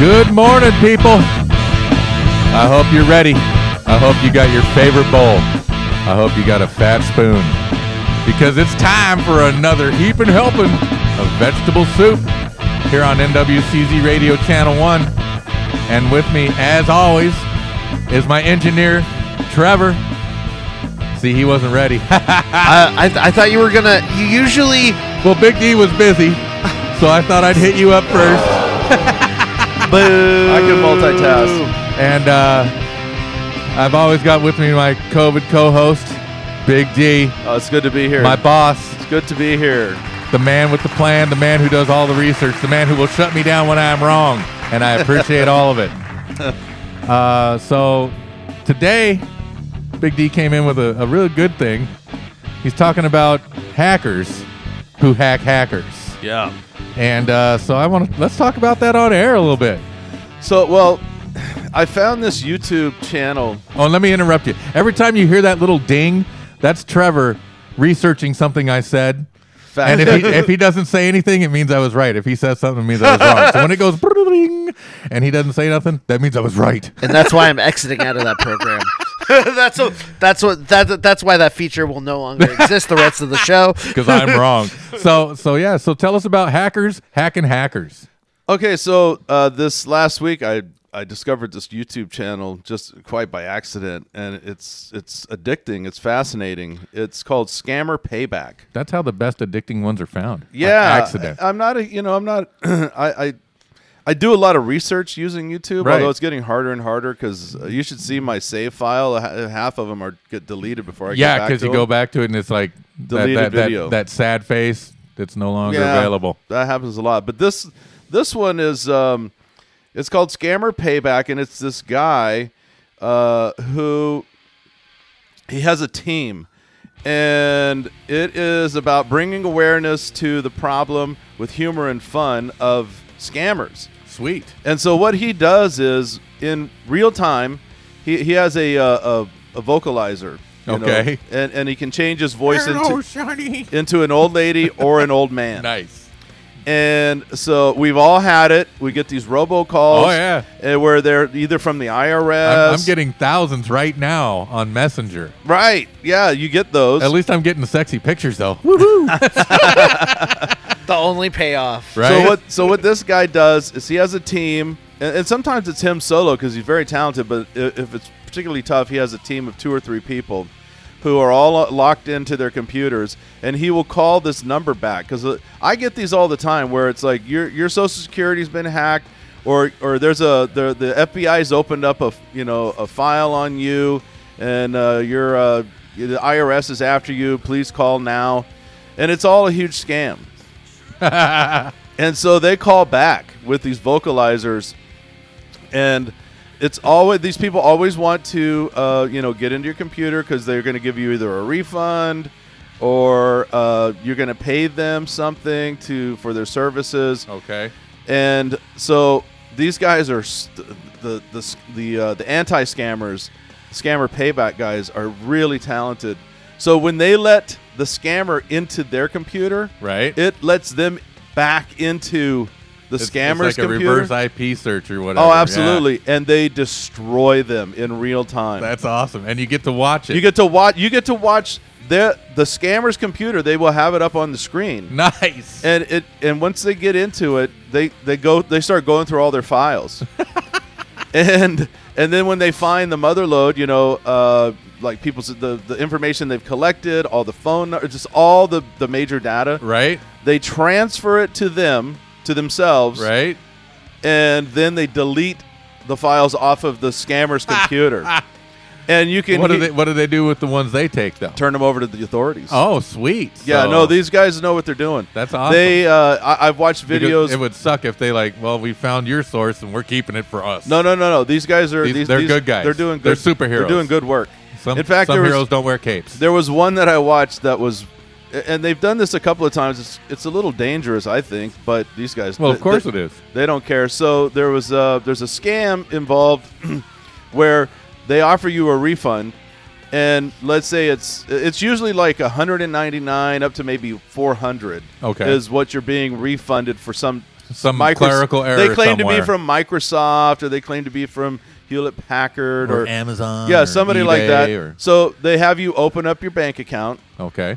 Good morning, people. I hope you're ready. I hope you got your favorite bowl. I hope you got a fat spoon. Because it's time for another heaping helping of vegetable soup here on NWCZ Radio Channel 1. And with me, as always, is my engineer, Trevor. See, he wasn't ready. Uh, I, th- I thought you were gonna. You usually. well, Big D was busy, so I thought I'd hit you up first. Boo. I can multitask. And uh, I've always got with me my COVID co-host, Big D, Oh, it's good to be here. my boss, it's good to be here. the man with the plan, the man who does all the research, the man who will shut me down when I am wrong, and I appreciate all of it. Uh, so today, Big D came in with a, a really good thing. He's talking about hackers who hack hackers, Yeah. and uh, so I want to let's talk about that on air a little bit. So, well, I found this YouTube channel. Oh, and let me interrupt you. Every time you hear that little ding, that's Trevor researching something I said. And if he, if he doesn't say anything, it means I was right. If he says something, it means I was wrong. So when it goes ding and he doesn't say nothing, that means I was right. And that's why I'm exiting out of that program. that's a, that's what that that's why that feature will no longer exist the rest of the show. Because I'm wrong. So so yeah. So tell us about hackers hacking hackers. Okay, so uh, this last week I I discovered this YouTube channel just quite by accident, and it's it's addicting. It's fascinating. It's called Scammer Payback. That's how the best addicting ones are found. By Yeah, accident. I, am not a you know I'm not I. I I do a lot of research using YouTube, Right. although it's getting harder and harder because you should see my save file. Ha- Half of them are get deleted before I yeah, get back because to you them. go back to it and it's like that, Deleted that, that- video. that sad face that's no longer Yeah, available. That happens a lot. But this this one is um, it's called Scammer Payback, and it's this guy uh, who he has a team, and it is about bringing awareness to the problem with humor and fun of scammers. Sweet. And so what he does is in real time, he, he has a uh, a, a vocalizer. you know, Okay. and, and he can change his voice into, shiny. into an old lady or an old man. Nice. And so we've all had it. We get these robocalls. Oh, yeah. uh, Where they're either from the IRS. I'm, I'm getting thousands right now on Messenger. right. Yeah, you get those. At least I'm getting sexy pictures though. The only payoff. Right. So what? So what this guy does is he has a team, and, and sometimes it's him solo because he's very talented. But i- if it's particularly tough, he has a team of two or three people who are all lo- locked into their computers, and he will call this number back because I get these all the time where it's like your your social security's been hacked. Or, or there's a the, the FBI's opened up a f- you know a file on you, and uh, your uh, the IRS is after you. Please call now, and it's all a huge scam. And so they call back with these vocalizers, and it's always these people always want to uh, you know get into your computer because they're going to give you either a refund or uh, you're going to pay them something to for their services. Okay. And so these guys are st- the the the uh, the anti scammers, scammer payback guys are really talented. So when they let the scammer into their computer, Right. it lets them back into the It's- scammers' it's like computer. a reverse IP search or whatever. oh, yeah. absolutely, and they destroy them in real time. That's awesome. And you get to watch it. you get to watch. You get to watch their the scammers' computer. They will have it up on the screen. Mm. nice. and it and once they get into it, they they go they start going through all their files, and and then when they find the mother load, you know, uh, like people's the the information they've collected, all the phone, nu- just all the the major data, right? they transfer it to them to themselves, Right? and then they delete the files off of the scammer's computer, and you can What do he- they what do they do with the ones they take though? turn them over to the authorities. Oh, sweet. Yeah, So- no, these guys know what they're doing. That's awesome. They, uh, I, I've watched because videos. It would suck if they like, well, we found your source and we're keeping it for us. No, no, no, no. These guys are These- these, they're these- good guys. They're doing They're good. superheroes. They're doing good work. Some, in fact, some there was, heroes don't wear capes. there was one that I watched that was, and they've done this a couple of times. It's it's a little dangerous, I think, but these guys. Well, of they- course they, it is. They don't care. So there was uh there's a scam involved, where they offer you a refund, and let's say it's it's usually like 199 up to maybe 400. Okay. Is what you're being refunded for some some Micros- clerical error. They claim to somewhere. be from Microsoft, or they claim to be from Hewlett Packard, or, or Amazon. yeah, or somebody like eBay that. or- So they have you open up your bank account, okay,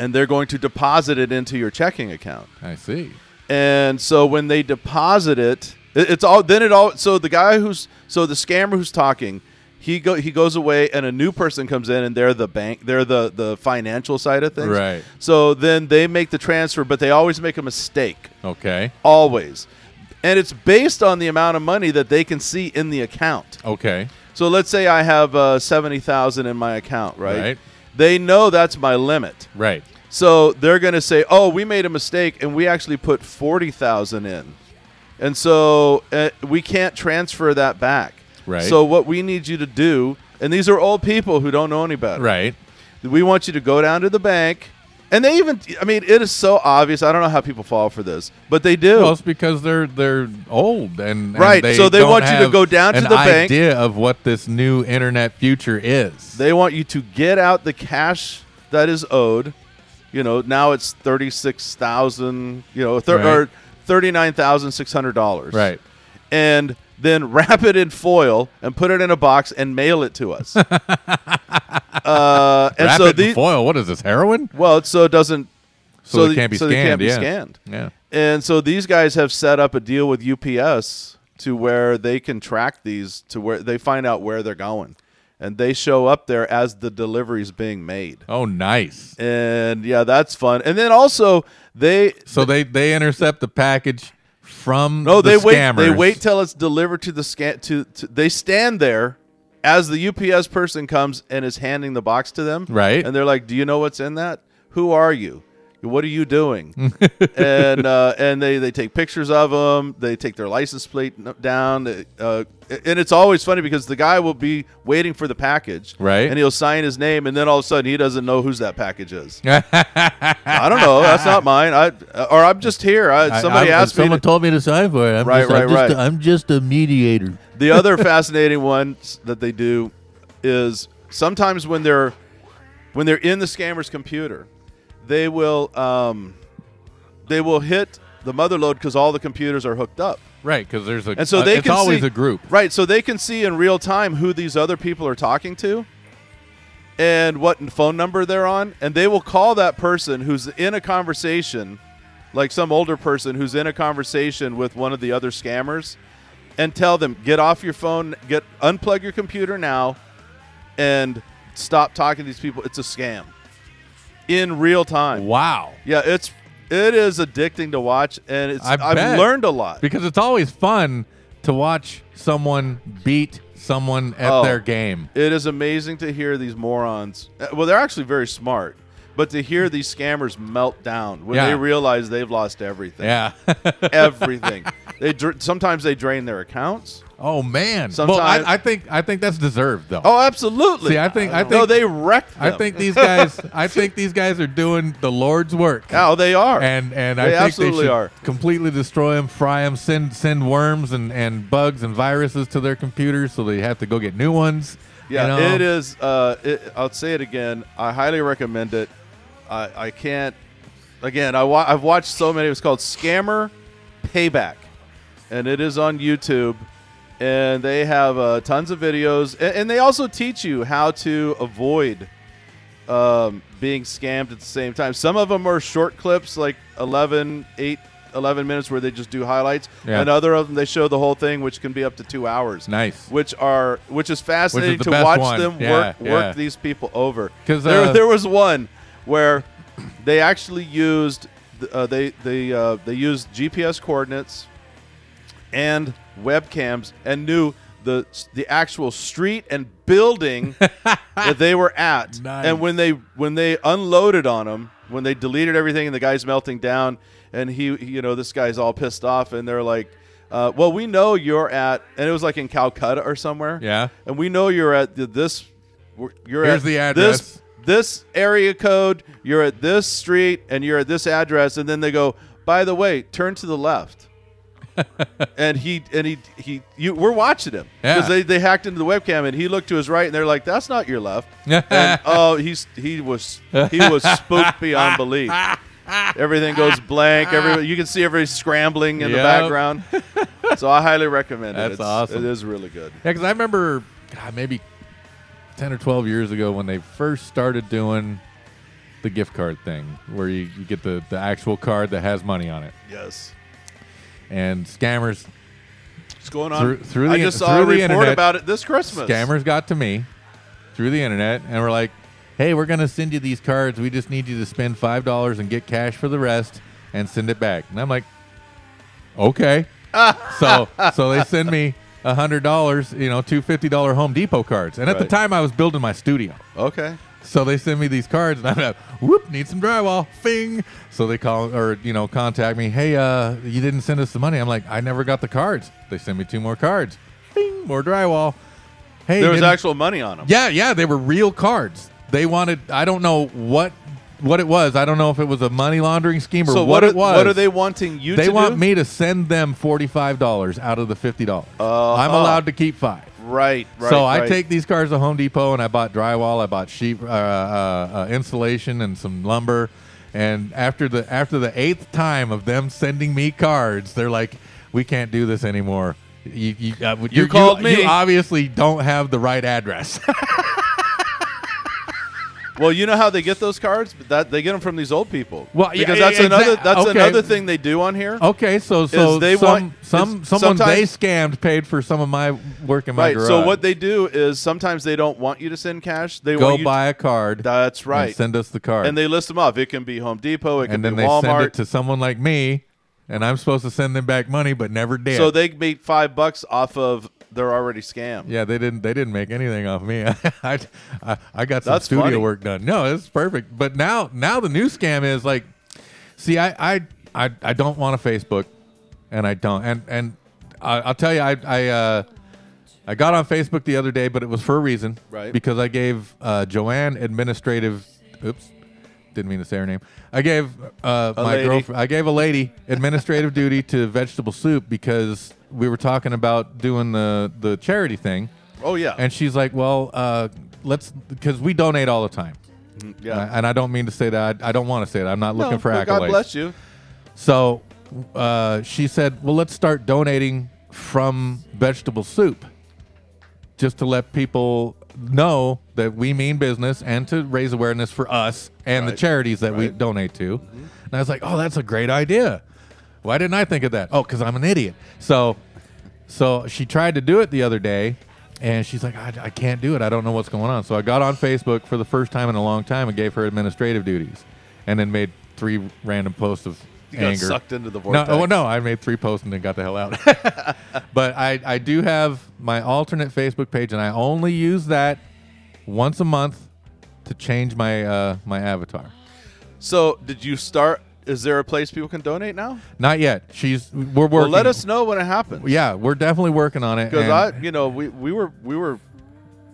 and they're going to deposit it into your checking account. I see. And so when they deposit it, it- it's all then it all. So the guy who's so the scammer who's talking, he go he goes away, and a new person comes in, and they're the bank, they're the the financial side of things. Right. So then they make the transfer, but they always make a mistake Okay, always. And it's based on the amount of money that they can see in the account. okay, So let's say I have uh, 70,000 in my account, right? Right. They know that's my limit. right. So they're going to say, "Oh, we made a mistake and we actually put 40,000 in." And so uh, we can't transfer that back. Right. So what we need you to do, and these are old people who don't know any better. Right. We want you to go down to the bank. And they even I mean, it is so obvious. I don't know how people fall for this, but they do. Well, it's because they're they're old and and Right, so they don't want you to have go down to an the bank. Idea of what this new internet future is. They want you to get out the cash that is owed. You know, now it's thirty-six thousand. You know, thir- Right. or thirty-nine thousand six hundred dollars. Right. and then wrap it in foil and put it in a box and mail it to us. uh, and Wrap so it in the foil. What is this heroin? well, it's so it doesn't. So it the- can't be so they can't scanned, be yeah. scanned. Yeah. And so these guys have set up a deal with UPS to where they can track these to where they find out where they're going. And they show up there as the delivery's being made. Oh, nice. And yeah, that's fun. And then also they So they they intercept the package from no, the they scammers. wait they wait till it's delivered to the scan to, to they stand there as the UPS person comes and is handing the box to them. Right. And they're like, "Do you know what's in that? Who are you? What are you doing?" and uh, and they they take pictures of them. They take their license plate n- down. they, Uh, and it's always funny because the guy will be waiting for the package, Right. And he'll sign his name, and then all of a sudden he doesn't know whose that package is. I don't know. That's not mine. I or I'm just here. I, somebody I, I, asked me. Someone to- told me to sign for it. I'm Right, just, right, I'm just, right. I'm just a mediator. The other fascinating one s- that they do is sometimes when they're when they're in the scammer's computer, they will um, they will hit the mother load because all the computers are hooked up, Right, because there's a and so uh, they it's can always see, a group. right? So they can see in real time who these other people are talking to. And what phone number they're on, and they will call that person who's in a conversation, like some older person who's in a conversation with one of the other scammers, and tell them get off your phone get unplug your computer now and stop talking to these people it's a scam in real time Wow. yeah it's it is addicting to watch and it's I i've bet. learned a lot Because it's always fun to watch someone beat someone at Oh. their game. it is amazing to hear these morons uh, well they're actually very smart but to hear these scammers melt down when Yeah. they realize they've lost everything Yeah. everything they dr- sometimes they drain their accounts oh man. Well, Sometimes- I, I think I think that's deserved though. oh absolutely See, I think- I no think- they wrecked I them. think these guys. I think these guys are doing the Lord's work. oh they are And and They I think they absolutely should are. completely destroy them, fry them, send send worms and, and bugs and viruses to their computers so they have to go get new ones. you Yeah, know? it is. Uh, it, I'll say it again. I highly recommend it. I, I can't. Again, I wa- I've watched so many. It's called Scammer Payback, and it is on YouTube. And they have uh, tons of videos, and, and they also teach you how to avoid um, being scammed at the same time. Some of them are short clips, like 11, 8, 11 minutes, where they just do highlights, Yeah. and other of them they show the whole thing, which can be up to two hours Nice. which are which is fascinating the to best watch one. them Yeah, work work yeah. these people over. 'Cause, there, uh, there was one where they actually used uh, they they uh, they used GPS coordinates and webcams and knew the the actual street and building that they were at. Nice. And when they when they unloaded on him, when they deleted everything and the guy's melting down and he he- you know this guy's all pissed off and they're like uh, well, we know you're at, and it was like in Calcutta or somewhere. Yeah. And we know you're at the, this. You're Here's at the This, address. this area code. You're at this street, and you're at this address. And then they go, by the way, turn to the left and he and he he you we're watching him Yeah. because they, they hacked into the webcam and he looked to his right and they're like that's not your left and oh he's he was he was spooked beyond belief Everything goes blank. Every you can see everybody scrambling in the Yep. background. so I highly recommend That's it. It's, awesome. It is really good. Yeah, because I remember God, maybe ten or twelve years ago when they first started doing the gift card thing, where you, you get the, the actual card that has money on it, Yes. and scammers What's going on? Through- through I the- just saw a through the report internet, about it this Christmas. scammers got to me through the internet and were like, "Hey, we're gonna send you these cards. We just need you to spend five dollars and get cash for the rest, and send it back." And I'm like, "Okay." so so they send me a hundred dollars, you know, two fifty dollar Home Depot cards, and at the Right. time I was building my studio. Okay. So they send me these cards, and I'm like, "Whoop, need some drywall." Fing. So they call or you know contact me. Hey, uh, you didn't send us the money. I'm like, I never got the cards. They send me two more cards. Fing, more drywall. Hey, There was didn't- actual money on them. yeah, yeah, they were real cards. They wanted. I don't know what what it was. I don't know if it was a money laundering scheme or So what, what, it are- was. What are they wanting you They to want do? me to send them forty five dollars out of the fifty dollars. Uh-huh. I'm allowed to keep five. Right, right. so I right. take these cars to Home Depot and I bought drywall, I bought sheep uh, uh, uh, insulation and some lumber. And after the after the eighth time of them sending me cards, they're like, "We can't do this anymore. You you, uh, you, called me." You obviously don't have the right address." Well, you know how they get those cards? But that they get them from these old people. Well, yeah, because yeah, that's another exact- that's okay. Oh another thing they do on here. okay, so so they some want- some is- someone they sometimes- scammed paid for some of my work in my right. garage. So what they do is sometimes they don't want you to send cash. They go want you buy a card, To, that's and right. send us the card, And they list them off. It can be Home Depot. It can and then be they Walmart. send it to someone like me, and I'm supposed to send them back money, but never did. So they make five bucks off of they're already scammed. Yeah, they didn't. They didn't make anything off me. I, I, I got some That's studio funny. work done. No, it's perfect. But now, now the new scam is like, see, I, I, I, I don't want a Facebook, and I don't, and and I, I'll tell you, I, I, uh, I got on Facebook the other day, but it was for a reason, Right. Because I gave uh, Joanne administrative, oops, didn't mean to say her name. I gave uh, my lady. girlfriend. I gave a lady administrative duty to vegetable soup because we were talking about doing the the charity thing, Oh yeah. and she's like, "Well, uh, let's because we donate all the time." Uh, And yeah. I- And I don't mean to say that. I, I don't want to say that. I'm not looking No, for well, accolades. God bless you. So uh, she said, "Well, let's start donating from vegetable soup, just to let people know that we mean business and to raise awareness for us and the Right. charities that we Right. Mm-hmm. donate to." And I was like, "Oh, that's a great idea. Why didn't I think of that? Oh, because I'm an idiot." So, so she tried to do it the other day. And she's like, I, I can't do it. I don't know what's going on. So I got on Facebook for the first time in a long time and gave her administrative duties, and then made three random posts of You got anger. sucked into the No, vortex. oh, no, I made three posts and then got the hell out. but I, I do have my alternate Facebook page, and I only use that once a month to change my uh, my avatar. So did you start? Is there a place people can donate now? Not yet. She's we're working. Well, let us know when it happens. Yeah, we're definitely working on it. because and- I, you know, we, we were we were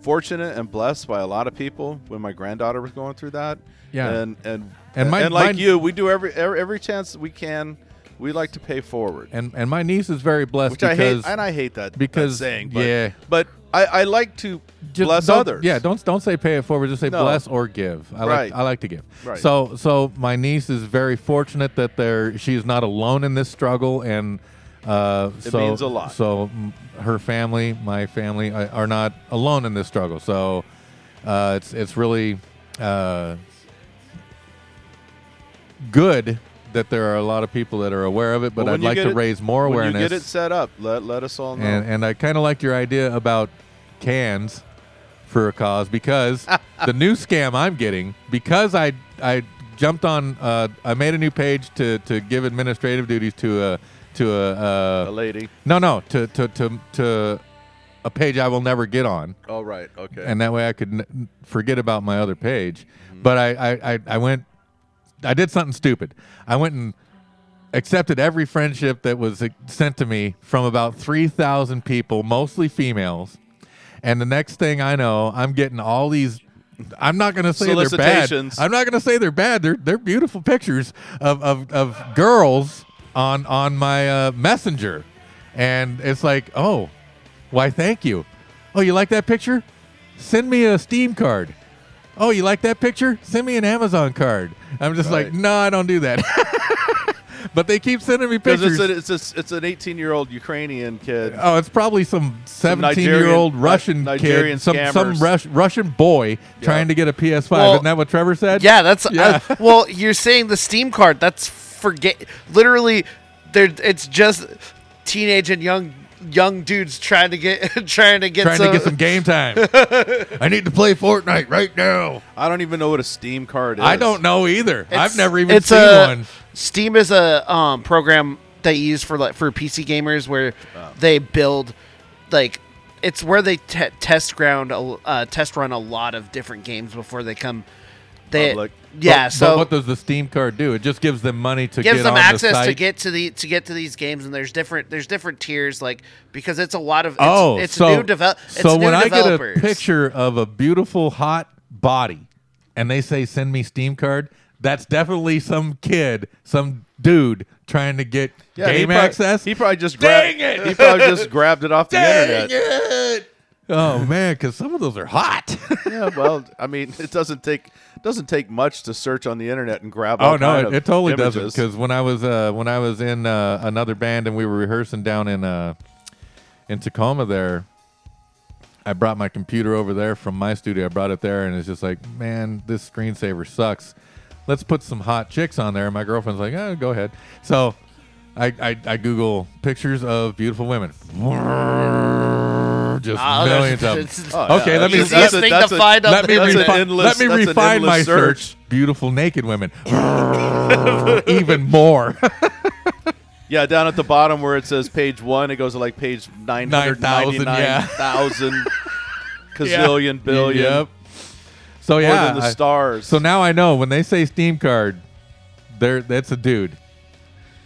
fortunate and blessed by a lot of people when my granddaughter was going through that. Yeah. and and And and, my- like my- you, we do every, every every chance we can. We like to pay forward, and and my niece is very blessed which I because hate, and I hate that that because, saying. But, yeah. but I, I like to Just bless don't- others. Yeah, don't don't say pay it forward. Just say No. bless or give. I Right. like I like to give. Right. So so my niece is very fortunate that there she is not alone in this struggle, and uh, It so means a lot. So m- her family, my family, I- are not alone in this struggle. So uh, it's it's really uh, good that there are a lot of people that are aware of it. But Well, when I'd you like get to it- raise more when awareness. you get it set up, let let us all know. And, and I kind of liked your idea about cans for a cause because the new scam I'm getting because I I jumped on uh, I made a new page to, to give administrative duties to a to a, a uh, lady. no no to, to to to a page I will never get on All right. Okay. and that way I could n- forget about my other page but I I, I I went I did something stupid I went and accepted every friendship that was uh, sent to me from about 3,000 people, mostly females. And the next thing I know, I'm getting all these. I'm not going to say they're bad. Solicitations. I'm not going to say they're bad. They're they're beautiful pictures of of, of girls on on my uh, messenger, and it's like, oh, why? Thank you. Oh, you like that picture? Send me a Steam card. oh, you like that picture? Send me an Amazon card. I'm just like, Right. no, I don't do that. but they keep sending me Because it's, pictures. a- it's, a- it's an 18 year old Ukrainian kid. oh, it's probably some 17 Nigerian- year old Ni- Russian Nigerian kid, some some scammers. Rus- Russian boy trying to get a PS5. Well, Isn't that what Trevor said? Yeah, that's Yeah. Uh, well. You're saying the Steam card. That's forget. Literally, there. It's just teenage and young young dudes trying to get trying to get Trying some, to get some game time. I need to play Fortnite right now. I don't even know what a Steam card is. I don't know either. I've It's- never even it's seen a- one. Steam is a um, program that you use for like for PC gamers where they build like it's where they te- test ground a l- uh, test run a lot of different games before they come. They Public. yeah, But- so but what does the Steam card do? It just gives them money to gives get on them the access site. to get to the to get to these games and there's different there's different tiers like because it's a lot of it's, oh, it's so new develop it's so new when I get developers. a picture of a beautiful hot body, and they say send me Steam card, that's definitely some kid, some dude trying to get Yeah, he game prob- access. He probably just Dang grabbed it! He probably just grabbed it off the internet. it! Oh man, because some of those are hot. Yeah, well, I mean, it doesn't take doesn't take much to search on the internet and grab. Oh all no, kind it, of it totally doesn't. images. Because when I was uh, when I was in uh, another band and we were rehearsing down in uh, in Tacoma, there, I brought my computer over there from my studio. I brought it there, and it's just like, man, this screensaver sucks. Let's put some hot chicks on there. And my girlfriend's like, oh, go ahead. So I, I, I Google pictures of beautiful women. Just Ah, there's- millions of them. it's- Oh, yeah, Okay, let me- that's- that's easiest a- thing that's to a- find on Let me, the That's an internet. refi- endless- let me that's an refine endless my search. search. Beautiful naked women. Even more. Yeah, down at the bottom where it says page one, it goes to like page nine hundred 9,000, yeah. ninety-nine thousand, gazillion, billion, Yep. So more yeah. than the I- stars. so now I know when they say Steam card, there that's a dude.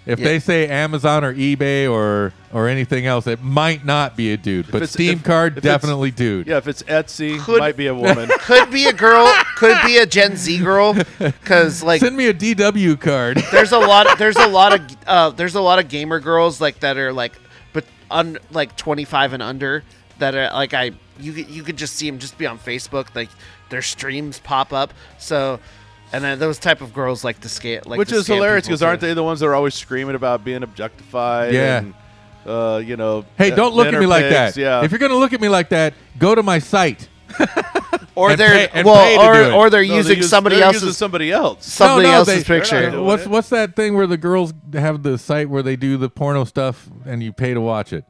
If Yeah. they say Amazon or eBay or or anything else, it might not be a dude, but it's- Steam if- card if it's- definitely dude. yeah, if it's Etsy, Could- might be a woman. could be a girl, could be a Gen Z girl, because like Send me a DW card. there's a lot there's a lot of uh, there's a lot of gamer girls like that are like but un like 25 and under that are like I you could- you could just see them just be on Facebook like their streams pop up so and then those type of girls like to scam like Which to is scam hilarious people, because aren't too. they the ones that are always screaming about being objectified? Yeah. And, uh, you know. hey, uh, don't look men at are me like pigs, that. Yeah. If you're gonna look at me like that, go to my site. or and they're pay- and pay to do well or, it. or they're No, they using use- somebody they're else's using somebody else. somebody else's they- uh, picture doing What's it. what's that thing where the girls have the site where they do the porno stuff and you pay to watch it?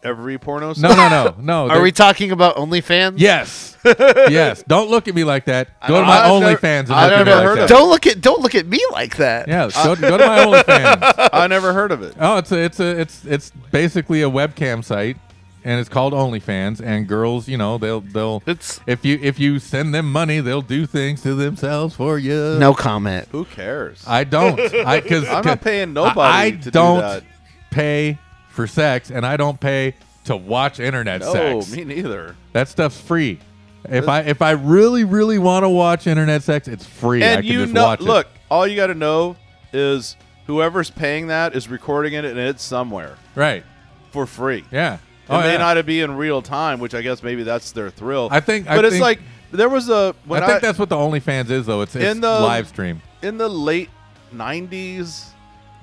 Every porno. No, site? no, no, no. are they- we talking about OnlyFans Yes. yes. Don't look at me like that. Go to my I've never- OnlyFans and I've look at me never like heard that. of don't look at don't look at me like that Yeah, go, go to my OnlyFans. I never heard of it. Oh, it's a, it's a, it's it's basically a webcam site, and it's called OnlyFans. And girls, you know, they'll they'll It's- if you if you send them money, they'll do things to themselves for you. no comment Who cares? I don't. I because I'm not paying nobody I, I to do don't that. pay for sex, and I don't pay to watch internet no, sex. me neither. That stuff's free. If I if I really really want to watch internet sex, it's free. I and can you just know, watch look, it. all you got to know is whoever's paying that is recording it, and it's somewhere right? for free. Yeah. It may not be in real time, which I guess maybe that's their thrill. I think- I but it's think- like there was a when I I, think that's what the OnlyFans is, though. It's, it's In the- live stream. in the late '90s,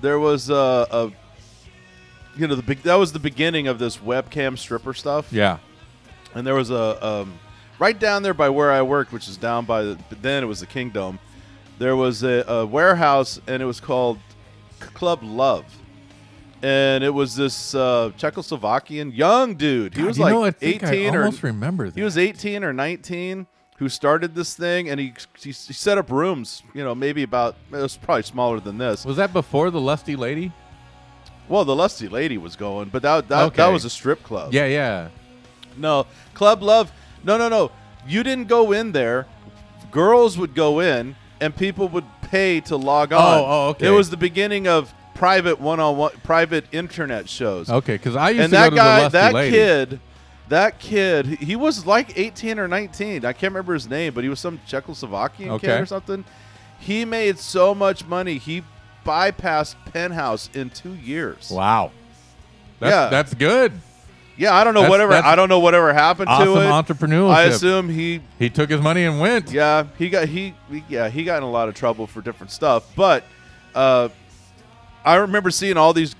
there was a, a you know the big that was the beginning of this webcam stripper stuff. Yeah. and there was a um, right down there by where I worked, which is down by the, but then it was the Kingdom. There was a, a warehouse, and it was called C- Club Love, and it was this uh, Czechoslovakian young dude. He was you like know, I think eighteen I or almost remember that. he was eighteen or nineteen who started this thing, and he, he he set up rooms. You know, maybe about it was probably smaller than this. Was that before the Lusty Lady? Well, the lusty lady was going, but that that, that Okay. was a strip club. Yeah, yeah. No, Club Love. No, no, no. You didn't go in there. Girls would go in, and people would pay to log on. oh, okay. It was the beginning of private one-on-one, private internet shows. Okay, because I used And to that go to the guy, Lusty that Lady. kid, that kid, he he was like 18 or 19. I can't remember his name, but he was some Czechoslovakian Okay. kid or something. He made so much money, he bypassed Penthouse in two years. Wow. That's, Yeah. that's good. Yeah, I don't know That's- whatever. that's I don't know whatever happened to it. Awesome entrepreneurship. I assume he. he took his money and went. Yeah, he got he. he- Yeah, he got in a lot of trouble for different stuff. But uh, I remember seeing all these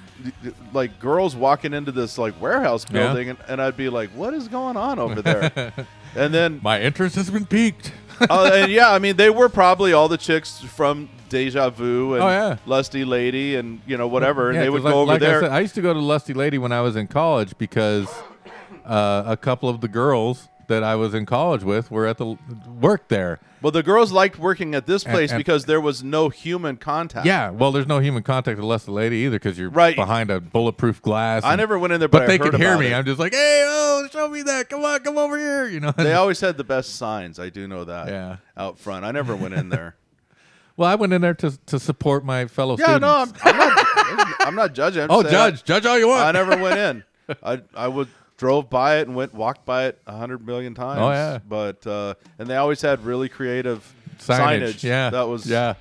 like girls walking into this like warehouse Yeah. building, and, and I'd be like, "What is going on over there?" and then My interest has been piqued. oh, and yeah, I mean, they were probably all the chicks from Deja Vu and Oh, yeah. Lusty Lady and you know whatever, and Yeah, they 'cause would like, go over like I, there. said, I used to go to Lusty Lady when I was in college because uh, a couple of the girls that I was in college with were at the work there. well, the girls liked working at this And- place and- because there was no human contact. Yeah, well, there's no human contact at Lusty Lady either because you're Right. behind a bulletproof glass. I and- never went in there, but, but I they heard could hear about me. it. I'm just like, hey, oh, show me that. Come on, come over here. You know. They always had the best signs. I do know that. Yeah. Out front, I never went in there. well, I went in there to, to support my fellow yeah, students. no, I'm, I'm not. I'm not judging. I'm oh, saying judge, judge all you want. I, I never went in. I I would drove by it and went walked by it a hundred million times. Oh, yeah. But uh, and they always had really creative signage. Yeah, That was yeah.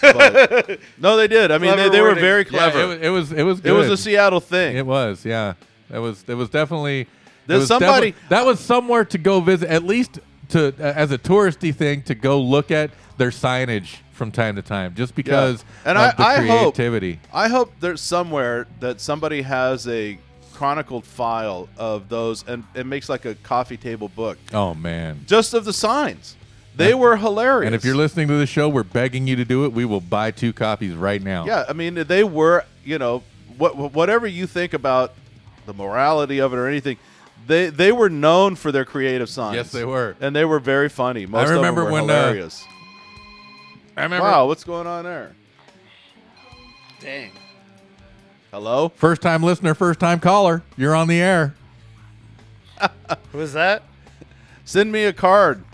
but- no, they did. I mean, they, Clever they were wording. very Yeah, clever. Yeah, it, was. It was. It was. it, was, good. a Seattle thing. It was, yeah. It was. It was definitely. it There's was somebody- defi- that was somewhere to go visit, at least to uh, as a touristy thing to go look at their signage from time to time, just because And of I- the I hope- creativity. I hope there's somewhere that somebody has a chronicled file of those and it makes like a coffee table book Oh man! just of the signs. They were hilarious. And if you're listening to the show, we're begging you to do it. We will buy two copies right now. yeah, I mean, they were, you know, what, whatever you think about the morality of it or anything, they they were known for their creative signs. Yes, they were. and they were very funny. Most remember of them were when, uh, hilarious. I remember. wow, what's going on there? Dang. Hello. First time listener, first time caller. You're on the air. Who was that? Send me a card.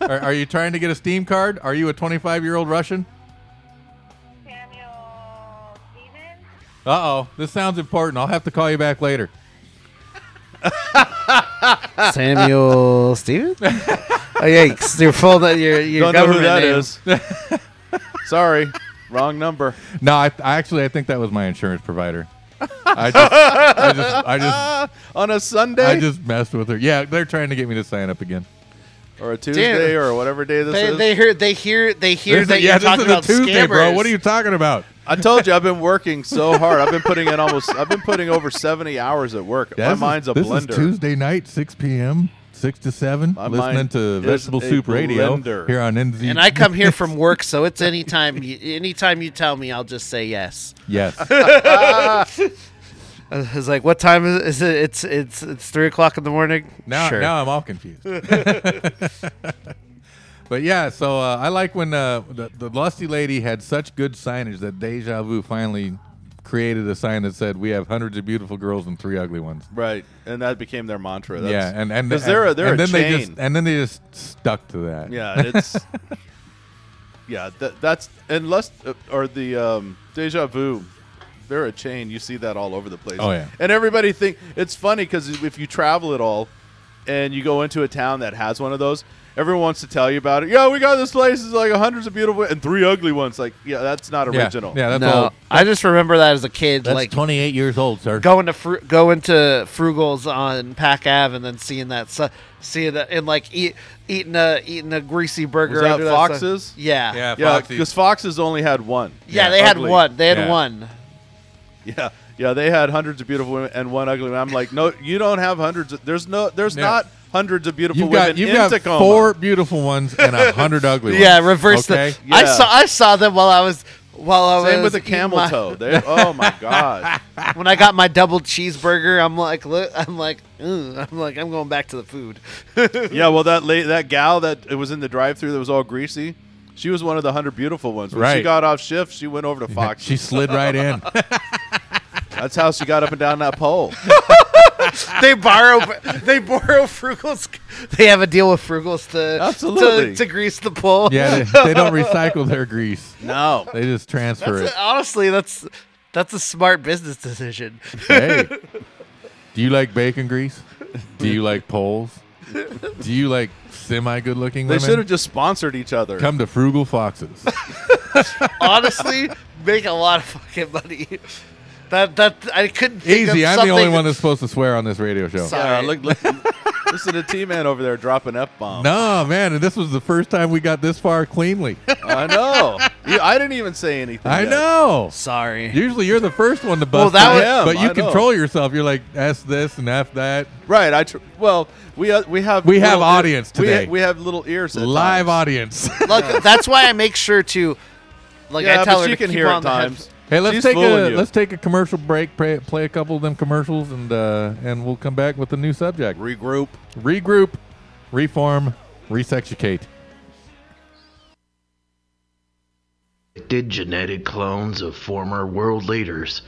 are, are you trying to get a Steam card? Are you a 25 year old Russian? Samuel Stevens. Uh oh, this sounds important. I'll have to call you back later. Samuel Steven? oh, yikes. Your full name, your, your Don't know who government that is. name. Sorry, wrong number. No, I, I actually I think that was my insurance provider. I just, I just, I just, On a Sunday I just messed with her. Yeah, they're trying to get me to sign up again. or a Tuesday or whatever day this They, is. they hear they hear they hear This is- that yeah, you're this talking is about a Tuesday, scammers. bro. What are you talking about? I told you I've been working so hard. I've been putting in almost. I've been putting over seventy hours at work. Yeah, My this is- mind's a this blender. is Tuesday night, six p.m., six to seven. My listening mind to is Vegetable a Soup Radio blender. here on NZ. And I come here from work, so it's anytime you, anytime you tell me, I'll just say yes. yes, I was Uh, like, "What time is, is it? It's it's it's three o'clock in the morning." now sure. now I'm all confused. but yeah, so uh, I like when uh, the the lusty lady had such good signage that Deja Vu finally created a sign that said, "We have hundreds of beautiful girls and three ugly ones." Right, and that became their mantra. That's, Yeah, and and because they're a, and- they're and a then chain. they just and then they just stuck to that. yeah, it's yeah. That, that's and lust uh, or the um, deja vu. They're a chain. You see that all over the place. Oh, yeah. and everybody think it's funny because if you travel at all, and you go into a town that has one of those. Everyone wants to tell you about it. Yeah, we got this place. It's like hundreds of beautiful and three ugly ones. Like, yeah, that's not yeah, original. yeah. That's no, all. I just remember that as a kid, like 28 years old, sir. going to fru- going to Frugal's on Pack Ave and then seeing that, su- seeing that, and like eat, eating a eating a greasy burger. Was that under sun- Fox's? yeah. Yeah, Yeah, Foxy. because Foxes only had one. Yeah, Yeah. they had Ugly. one. They had Yeah. one. Yeah, yeah, they had hundreds of beautiful women and one ugly one. I'm like, no, you don't have hundreds. Of, there's no, there's Yeah. not hundreds of beautiful You've women got you've in got Tacoma. four beautiful ones and a hundred ugly ones. Yeah, reverse okay? the. I Yeah. saw I saw them while I was while I was Same with the eating camel my- toe. They, oh my god. when I got my double cheeseburger, I'm like, look, I'm like, "Ugh." I'm like, I'm going back to the food. Yeah, well, that la- that gal that it was in the drive-through that was all greasy. She was one of the hundred beautiful ones. When Right. she got off shift, she went over to Fox. She slid right in. That's how she got up and down that pole. they borrow, they borrow Frugal's. They have a deal with Frugal's to Absolutely. to, to grease the pole. yeah, they, they don't recycle their grease. No, They just transfer That's it. a- honestly, that's that's a smart business decision. Hey, do you like bacon grease? Do you like poles? Do you like semi-good-looking they women? should have just sponsored each other. come to Frugal Foxes. honestly, make a lot of fucking money. That that I couldn't. Think Easy. Of I'm the only something one that's supposed to swear on this radio show. Sorry. Yeah, look, look, listen to T Man over there dropping F bombs. No, man. And this was the first time we got this far cleanly. I know. You, I didn't even say anything. I yet. know. Sorry. Usually you're the first one to bust it, Well, that was- I am, but you I know. control yourself. You're like, S this and F that. Right. I tr- well, we uh, we have We have little- audience we ha- today. We, have little ears. At Live times. audience. Look, that's why I make sure to. Like Yeah, I tell but her she to can keep hear on at the times. headph- Hey, let's She's take a fooling you. let's take a commercial break. Play, play a couple of them commercials, and uh, and we'll come back with a new subject. regroup. Regroup, reform, resexucate. did genetic clones of former world leaders.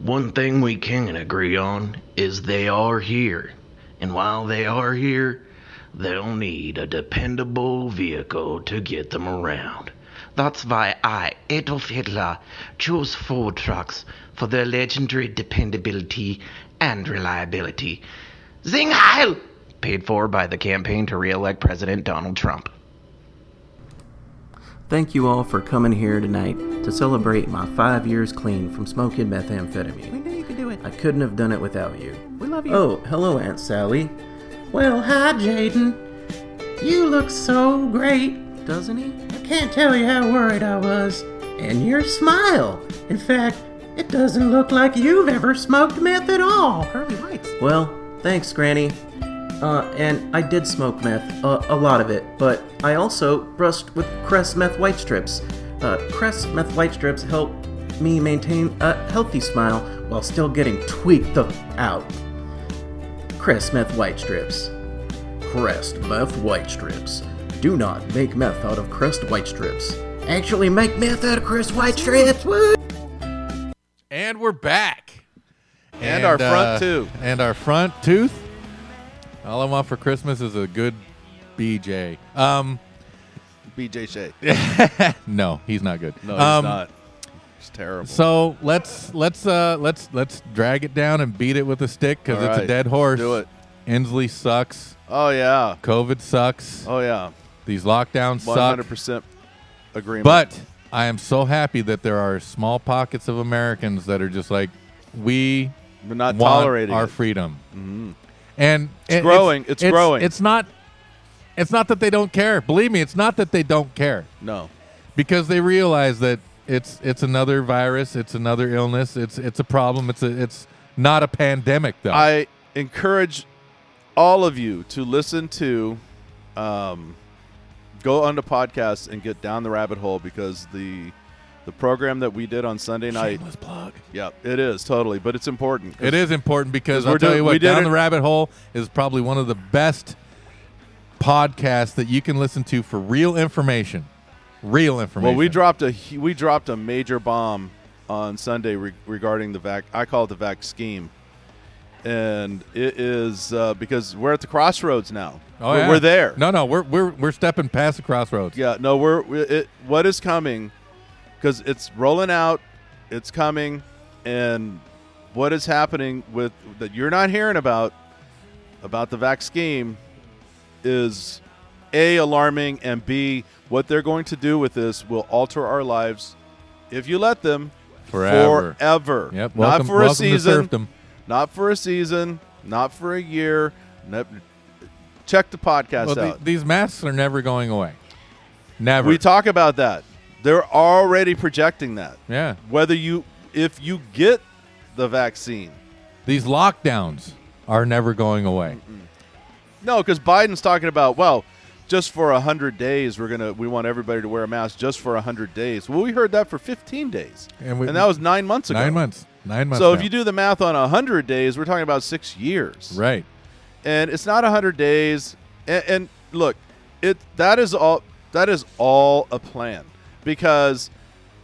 One thing we can agree on is they are here. And while they are here, they'll need a dependable vehicle to get them around. That's why I, Adolf Hitler, chose Ford trucks for their legendary dependability and reliability. Zing Heil! Paid for by the campaign to re elect President Donald Trump. Thank you all for coming here tonight to celebrate my five years clean from smoking methamphetamine. We knew you could do it. I couldn't have done it without you. We love you. Oh, hello, Aunt Sally. Well, hi, Jaden. You look so great, doesn't he? I can't tell you how worried I was. And your smile. In fact, it doesn't look like you've ever smoked meth at all. Kirby lights. Well, thanks, Granny. Uh, and I did smoke meth, uh, a lot of it, but I also brushed with Crest meth white strips. Uh, Crest meth white strips help me maintain a healthy smile while still getting tweaked the f- out. Crest meth white strips. Crest meth white strips. Do not make meth out of Crest white strips. Actually, make meth out of Crest white strips. Woo! And we're back. And, uh, our front tooth. And our front tooth. All I want for Christmas is a good BJ. Um, BJ Shea. no, he's not good. No, Um, it's not. It's terrible. So let's let's uh, let's let's drag it down and beat it with a stick because All it's a right, dead horse. do it. Inslee sucks. oh yeah. COVID sucks. Oh yeah. These lockdowns One suck. hundred percent agreement. But I am so happy that there are small pockets of Americans that are just like, we We're not want tolerating our it. freedom. And it's growing. It's growing. It's not. It's not that they don't care. Believe me, it's not that they don't care no. because they realize that it's it's another virus, it's another illness, it's it's a problem. It's a it's not a pandemic though. I encourage all of you to listen to, um, go onto podcasts and get down the rabbit hole because the the program that we did on Sunday night. Shameless plug. Yeah, it is totally, but it's important. 'cause It is important because 'Cause I'll we're tell doing- you we what, did Down it- the Rabbit Hole is probably one of the best podcasts that you can listen to for real information. Real information. Well, we dropped a hu- we dropped a major bomb on Sunday re- regarding the vac. I call it the vac scheme, and it is uh, because we're at the crossroads now. Oh, we're, yeah. we're there. No, no, we're we're we're stepping past the crossroads. Yeah, no, we're we, it, what is coming because it's rolling out, it's coming, and what is happening with that you're not hearing about about the vac scheme is a alarming and b what they're going to do with this will alter our lives if you let them Forever. forever. Yep. not Welcome, for a welcome to season, serfdom. not for a season, not for a year. Ne- check the podcast Well, the- out. these masks are never going away. Never. We talk about that. They're already projecting that. yeah. Whether you, if you get the vaccine, These lockdowns are never going away. no, because Biden's talking about well, just for hundred days, we're gonna we want everybody to wear a mask just for hundred days. Well, we heard that for fifteen days, And we- that was nine months ago. Nine months. Nine months. So now. if you do the math on hundred days, we're talking about six years, right. and it's not 100 days and, and look it that is all that is all a plan because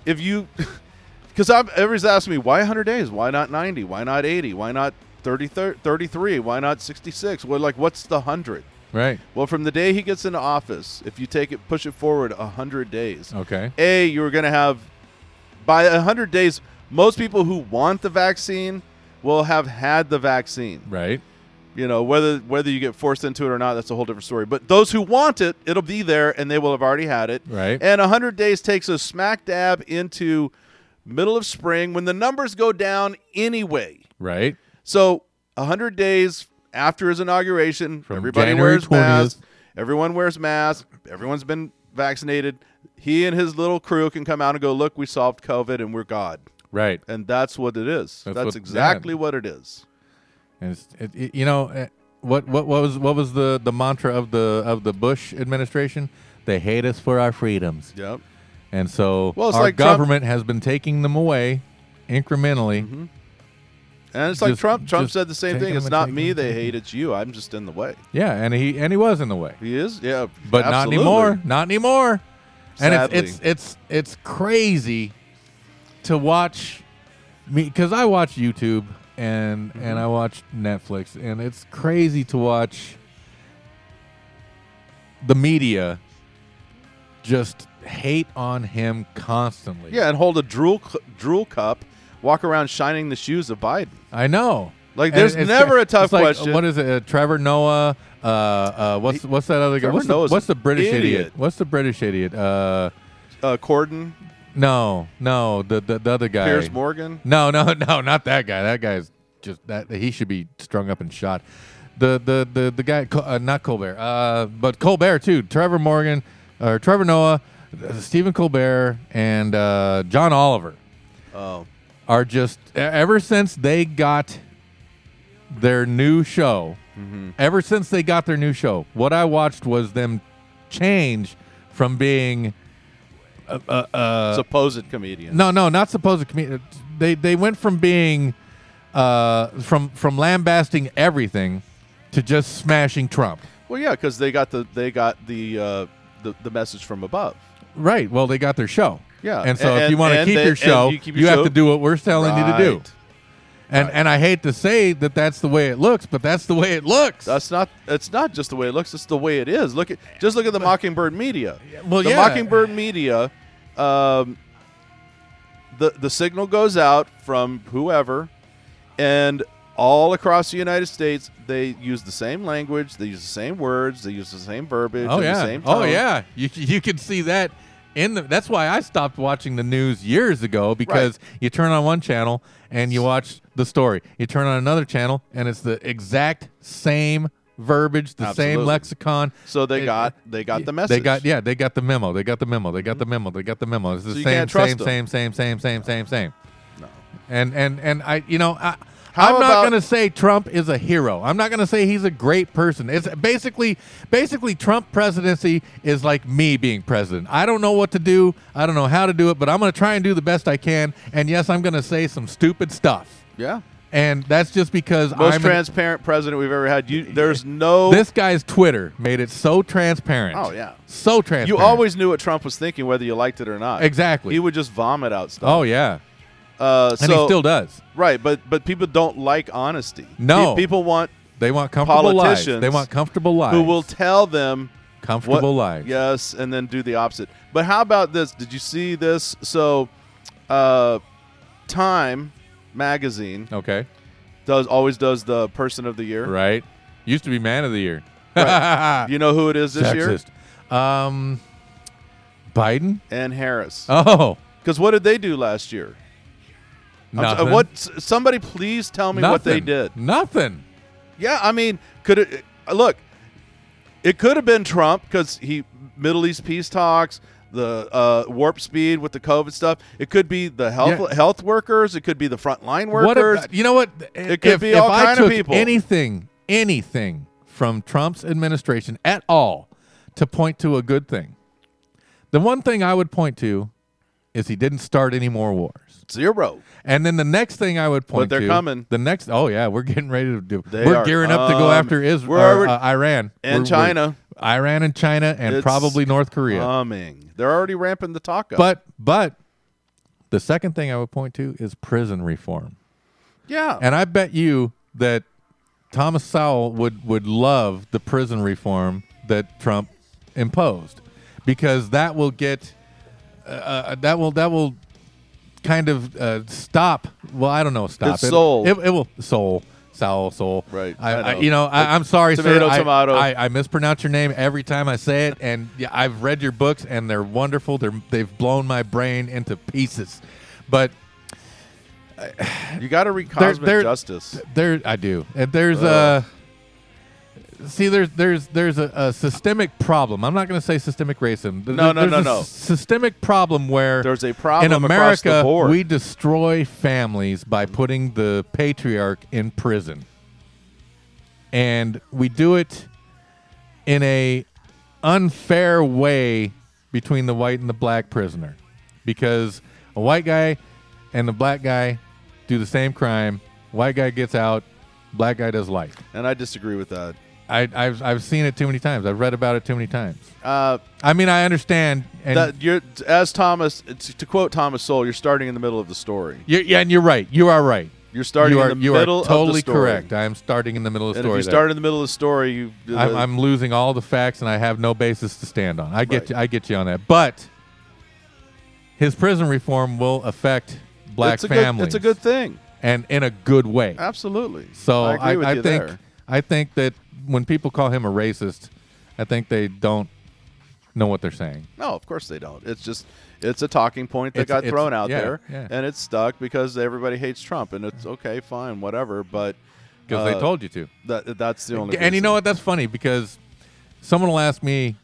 if you because i'm everybody's asking me why 100 days why not 90 why not 80 why not 30, 33 why not 66 well like what's the 100 Right. well from the day he gets into office if you take it push it forward 100 days Okay. a you're going to have by 100 days most people who want the vaccine will have had the vaccine Right. you know whether whether you get forced into it or not that's a whole different story but those who want it it'll be there and they will have already had it Right. and 100 days takes us smack dab into middle of spring when the numbers go down anyway. right? So, 100 days after his inauguration, From everybody January wears 20th. masks. Everyone wears masks. Everyone's been vaccinated. He and his little crew can come out and go, look, we solved COVID and we're God. Right. And that's what it is. That's, That's what- exactly yeah. what it is. And it's, it, it- you know eh, what what what was what was the the mantra of the of the Bush administration? They hate us for our freedoms, Yep. and so Well, it's our like Trump- government has been taking them away incrementally. Mm-hmm. And it's like Just- Trump. Trump just said the same take thing. them It's and not take me them. they hate. It's you. I'm just in the way. Yeah, and he and he was in the way, He is. Yeah. but absolutely. not anymore. Not anymore. And Sadly. it's, it's it's it's crazy to watch me because I watch YouTube and Mm-hmm. and I watch Netflix, and it's crazy to watch the media just hate on him constantly. Yeah, and hold a drool cu- drool cup, walk around shining the shoes of Biden. I know. Like, And there's it's- never a tough it's like, question. What is it? Uh, Trevor Noah. Uh, uh, what's what's that other guy? Trevor What's the, Noah's what's the an British idiot. idiot. What's the British idiot? Uh, Uh, Corden, no, no, the the, the other guy. Piers Morgan. No, no, no, not that guy. That guy's just that he should be strung up and shot. The the the the guy, Col- uh, not Colbert, uh, but Colbert too. Trevor Morgan or Trevor Noah, uh, Stephen Colbert, and uh, John Oliver Oh, are just e- ever since they got their new show. Mm-hmm. Ever since they got their new show, what I watched was them change from being supposed comedian. Uh, No, no, not supposed comedian. They they went from being uh, from from lambasting everything to just smashing Trump. Well, yeah, because they got the they got the, uh, the the message from above. Right. Well, they got their show. Yeah, And so if and- you want to and keep they- your and show, you you, keep your show- have to do what we're telling you to do. Right. And and I hate to say that that's the way it looks, but that's the way it looks. That's not. It's not just the way it looks. It's the way it is. Look at just look at the Mockingbird media. well, the yeah. Mockingbird media. Um, the the signal goes out from whoever, and all across the United States, they use the same language. They use the same words. They use the same verbiage. oh and yeah. The same oh tone. yeah. You you can see that in the. That's why I stopped watching the news years ago because you turn on one channel and you watch the story. You turn on another channel and it's the exact same verbiage, the Absolutely. same lexicon. So they It- got they got the message. They got yeah, they got the memo. They got the memo. They got the memo. They got the memo. It's the So you same, can't trust same, them. same, same, same, same, same, same. No. And and and I, you know, I, How I'm about- not going to say Trump is a hero. I'm not going to say he's a great person. It's basically basically Trump presidency is like me being president. I don't know what to do. I don't know how to do it, but I'm going to try and do the best I can. And yes, I'm going to say some stupid stuff. yeah. And that's just because Most I'm an- transparent president we've ever had. You there's no this guy's Twitter made it so transparent. Oh, yeah. so transparent. You always knew what Trump was thinking, whether you liked it or not. Exactly. He would just vomit out stuff. Oh yeah, uh, and so, he still does. right, but but people don't like honesty. No. Pe- people want They want comfortable lives. Politicians They want comfortable lives. who will tell them what comfortable lives? Yes, and then do the opposite. But how about this? Did you see this? So, uh, Time magazine Okay. does always does the person of the year. Right. Used to be man of the year. You know who it is this year? Sexist. Um, Biden. Ann Harris. Oh, Because what did they do last year? I'm so- nothing. what? s- Somebody please tell me Nothing. what they did. Nothing. Yeah, I mean, could it uh, look? It could have been Trump because he Middle East peace talks, the uh, warp speed with the COVID stuff. It could be the health Yeah. health workers. It could be the frontline What workers. about- you know what? It could if, be if all I kind of took people. Anything, anything from Trump's administration at all to point to a good thing. The one thing I would point to is he didn't start any more wars. Zero. And then the next thing I would point they're to, coming. The next, oh yeah, we're getting ready to do. They we're are gearing up to go coming. after Israel, We're already- Iran, and We're- China. we're- Iran and China, and It's uh, probably North Korea. Coming. They're already ramping the talk up. but but the second thing I would point to is prison reform, yeah, and I bet you that Thomas Sowell would would love the prison reform that Trump imposed, because that will get uh, that will that will kind of uh, stop. Well, I don't know. Stop It's it. soul. It, it will soul. Soul, soul. Right. I, I I, know. you know, I, I'm sorry, Tomato, sir. I- tomato. I, I, mispronounce your name every time I say it, and yeah, I've read your books, and they're wonderful. They're they've blown my brain into pieces. But You got to read Cosmic they're- Justice. there, I do. And there's a see, there's there's there's a, a systemic problem. I'm not going to say systemic racism. No, no, There's no, a no. s- Systemic problem where There's a problem in across the America. board. We destroy families by putting the patriarch in prison, and we do it in a unfair way between the white and the black prisoner because a white guy and the black guy do the same crime white guy gets out black guy does life And I disagree with that. I, I've, I've seen it too many times i've read about it too many times Uh, i mean i understand and that you're as Thomas it's, to quote Thomas Sowell, you're starting in the middle of the story. you're, yeah and you're right you are right You're starting you are, in the you middle are totally of the story. correct i am starting in the middle of the And if story you there. start in the middle of the story, you I'm, I'm losing all the facts and I have no basis to stand on. I get Right. you, I get you on that, but his prison reform will affect black it's a families. Good, it's a good thing. and in a good way. Absolutely. So I agree with you think there. I think that when people call him a racist, I think they don't know what they're saying. No, of course they don't. It's just it's a talking point that It's- got it's- thrown out yeah, there, yeah. and it's stuck because everybody hates Trump, and it's okay, fine, whatever. But Because uh, they told you to. that that's the only. And you reason. know what? That's funny because someone will ask me,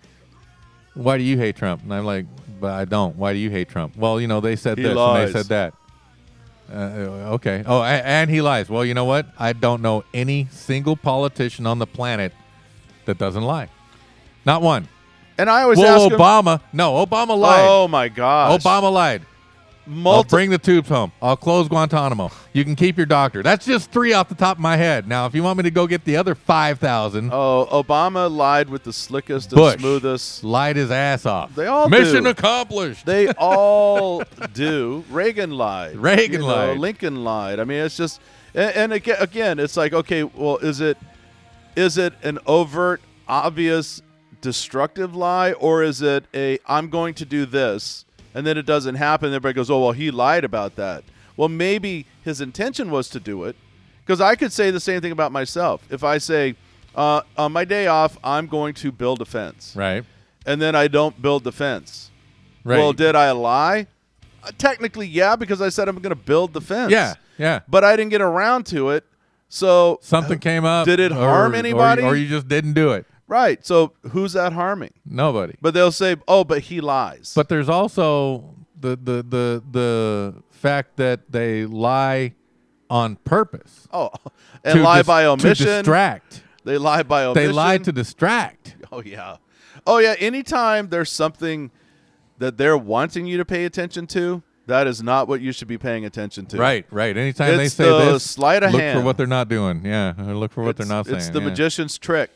"Why do you hate Trump?" And I'm like, "But I don't. Why do you hate Trump?" Well, you know, they said He this lies. and they said that. Uh, okay. Oh, a- and he lies. Well, you know what? I don't know any single politician on the planet that doesn't lie. Not one. And I always Well, ask him- Obama. no, Obama lied. Oh my gosh. Obama lied. I'll Multi- bring the tubes home. I'll close Guantanamo. You can keep your doctor. That's just three off the top of my head. Now, if you want me to go get the other five thousand, oh, Obama lied with the slickest and Bush. smoothest. lied his ass off. They all mission do. accomplished. They all do. Reagan lied. Reagan You know, lied. Lincoln lied. I mean, it's just, and, and again, again, it's like, okay, well, is it, is it an overt, obvious, destructive lie, or is it a I'm going to do this, and then it doesn't happen? And everybody goes, oh well, he lied about that. Well, maybe his intention was to do it, because I could say the same thing about myself. If I say, uh, on my day off, I'm going to build a fence, right, and then I don't build the fence. right. Well, did I lie? Uh, technically, yeah, because I said I'm going to build the fence. yeah, yeah. But I didn't get around to it. So, Something came up. Did it or- harm or- anybody? Or, you just didn't do it? right. So, who's that harming? Nobody. But they'll say, oh, but he lies. But there's also the the the the fact that they lie on purpose oh, and To lie dis- by omission. to distract. They lie by omission. They lie to distract. Oh, yeah. Oh, yeah. Anytime there's something that they're wanting you to pay attention to, that is not what you should be paying attention to. Right, right. Anytime It's they say the this, sleight of look for hand. what they're not doing. Yeah, or look for what they're it's, not saying. It's the yeah. magician's trick.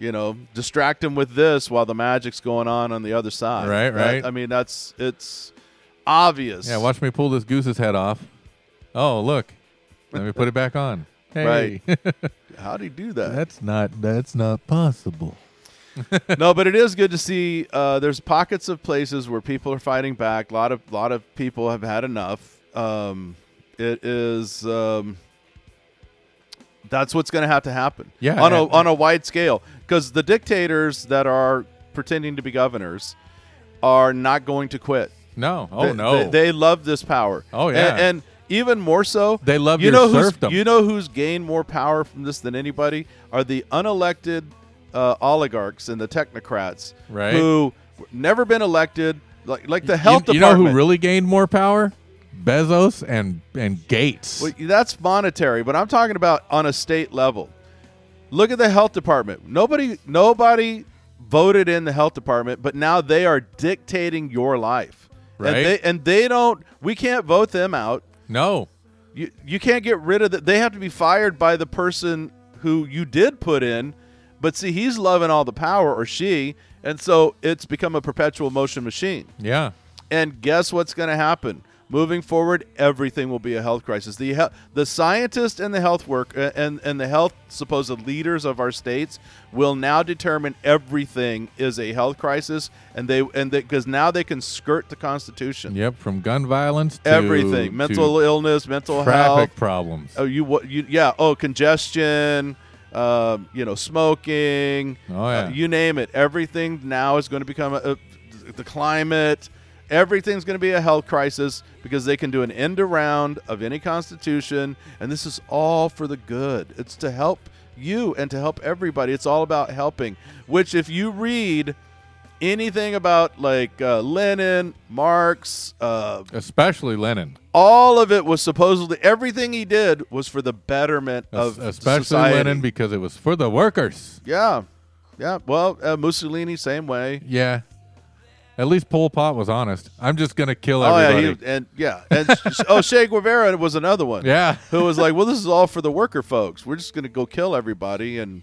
You know, distract him with this while the magic's going on on the other side. Right, That- right. I mean, that's it's obvious. Yeah, watch me pull this goose's head off. Oh, look. Let me put it back on. Hey. Right. How do you do that? that's not that's not possible. no, but it is good to see. Uh, there's pockets of places where people are fighting back. A lot of lot of people have had enough. Um, it is. Um, that's what's going to have to happen. Yeah, on a and- on a wide scale, because the dictators that are pretending to be governors are not going to quit. No. Oh They- no. they, they love this power. Oh, And- yeah. and, even more so, They love you your know serfdom. Who's, you know who's gained more power from this than anybody are the unelected uh, oligarchs and the technocrats, Right. Who never been elected, like like the You- health you, department. know who really gained more power? Bezos and and Gates. Well, that's monetary, but I'm talking about on a state level. Look at the health department. Nobody, nobody voted in the health department, but now they are dictating your life. Right. And they, and they don't. We can't vote them out. no. you you can't get rid of that. They have to be fired by the person who you did put in. But see, he's loving all the power, or she, and so it's become a perpetual motion machine. Yeah. And guess what's going to happen? Moving forward, everything will be a health crisis. The he- the scientists and the health work uh, and and the health supposed leaders of our states will now determine everything is a health crisis, and they and because now they can skirt the Constitution. Yep, from gun violence to Everything, to mental illness, mental traffic health, problems. Oh, you what? You yeah. Oh, congestion. Um, you know, smoking. Oh, yeah. uh, you name it. Everything now is going to become a, a- the climate. Everything's going to be a health crisis because they can do an end around of any constitution, and this is all for the good. It's to help you and to help everybody. It's all about helping. Which, if you read anything about like uh, Lenin, Marx, uh, especially Lenin, all of it was supposedly everything he did was for the betterment of Es- especially society. Lenin, because it was for the workers. yeah, yeah. Well, uh, Mussolini same way. Yeah, at least Pol Pot was honest. I'm just gonna kill Oh everybody. yeah, he, and yeah, and sh- oh Che Guevara was another one. Yeah. who was like, well, this is all for the worker folks. We're just gonna go kill everybody, and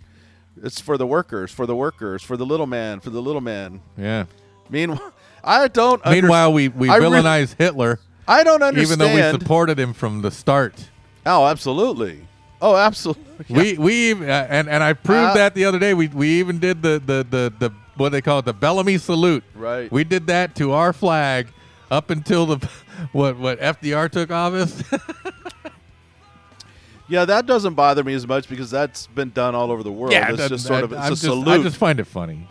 it's for the workers, for the workers, for the little man, for the little man. yeah. Meanwhile, I don't. under- Meanwhile, we we I re- villainized Hitler, I don't even understand. though we supported him from the start. oh, absolutely. Oh, absolutely. We we even- uh, and and I proved Uh, that the other day. We we even did the the the the what they call it the Bellamy salute. Right. We did that to our flag up until the what what FDR took office. Yeah, that doesn't bother me as much because that's been done all over the world. it it's doesn't- just sort of I- it's I'm a just- I salute. just find it funny.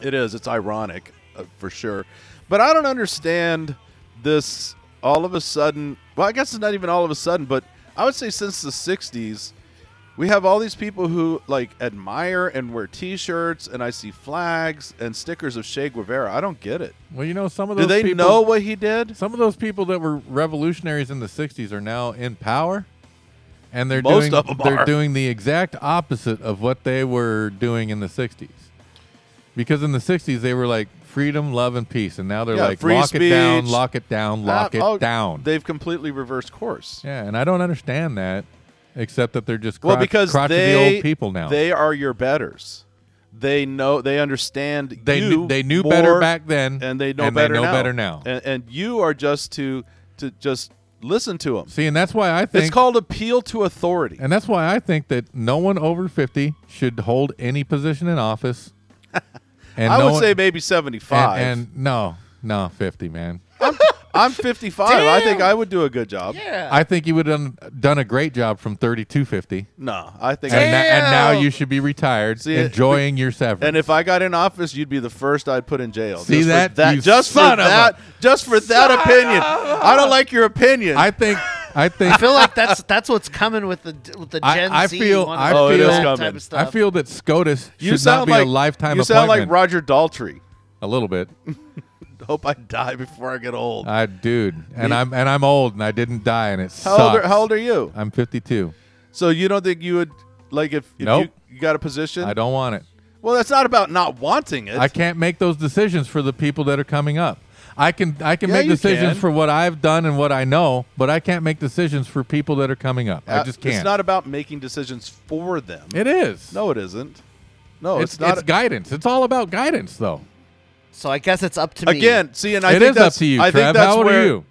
It is. It's ironic uh, for sure. But I don't understand this all of a sudden. Well, I guess it's not even all of a sudden, but I would say since the 60s, we have all these people who like admire and wear t shirts, and I see flags and stickers of Che Guevara. I don't get it. Well, you know, some of Do those they people, know what he did? some of those people that were revolutionaries in the '60s are now in power, and they're Most doing of 'em they're are. doing the exact opposite of what they were doing in the '60s. Because in the '60s they were like freedom, love, and peace, and now they're Yeah, like free lock it down, speech. lock it down, lock Ah, it oh, down. They've completely reversed course. yeah, and I don't understand that, except that they're just crotch, well because crotchety they old people now. they are your betters they know they understand They you knew- they knew better more, back then, and they know and they better know now. better now. and, and you are just to to just listen to them See, and that's why I think it's called appeal to authority And that's why I think that no one over 50 should hold any position in office. And i no would one- say maybe 75 And, and no, no, 50, man. i'm 55 i think i would do a good job Yeah. I think you would have done, done a great job from 30 to 50. no i think And, I, na- and now Damn. you should be retired, See, it- enjoying your severance. and if I got in office, you'd be the first I'd put in jail. See just that, For that you just for son of a- that, just for that opinion. I don't like your opinion. I think, I think, I feel like that's that's what's coming with the with the I- Gen I Z feel- wanting I to Oh, it do is that coming. type of I stuff. feel that SCOTUS you should not sound be like a lifetime You sound appointment. like Roger Daltrey. a little bit. hope I die before I get old. I, dude, and I'm, and I'm old and I didn't die and it how, sucks. old are, how old are you? I'm 52. So you don't think you would like if, if Nope. you, you got a position? I don't want it. Well, that's not about not wanting it. I can't make those decisions for the people that are coming up. I can I can Yeah, make you decisions can. for what I've done and what I know, but I can't make decisions for people that are coming up. I Uh, just can't. It's not about making decisions for them. it is. no, it isn't. No, it's it's, not. it's guidance. It's all about guidance though. so I guess it's up to me. again, see, and I it think is up that's to you, I think Trev. that's How old where are you?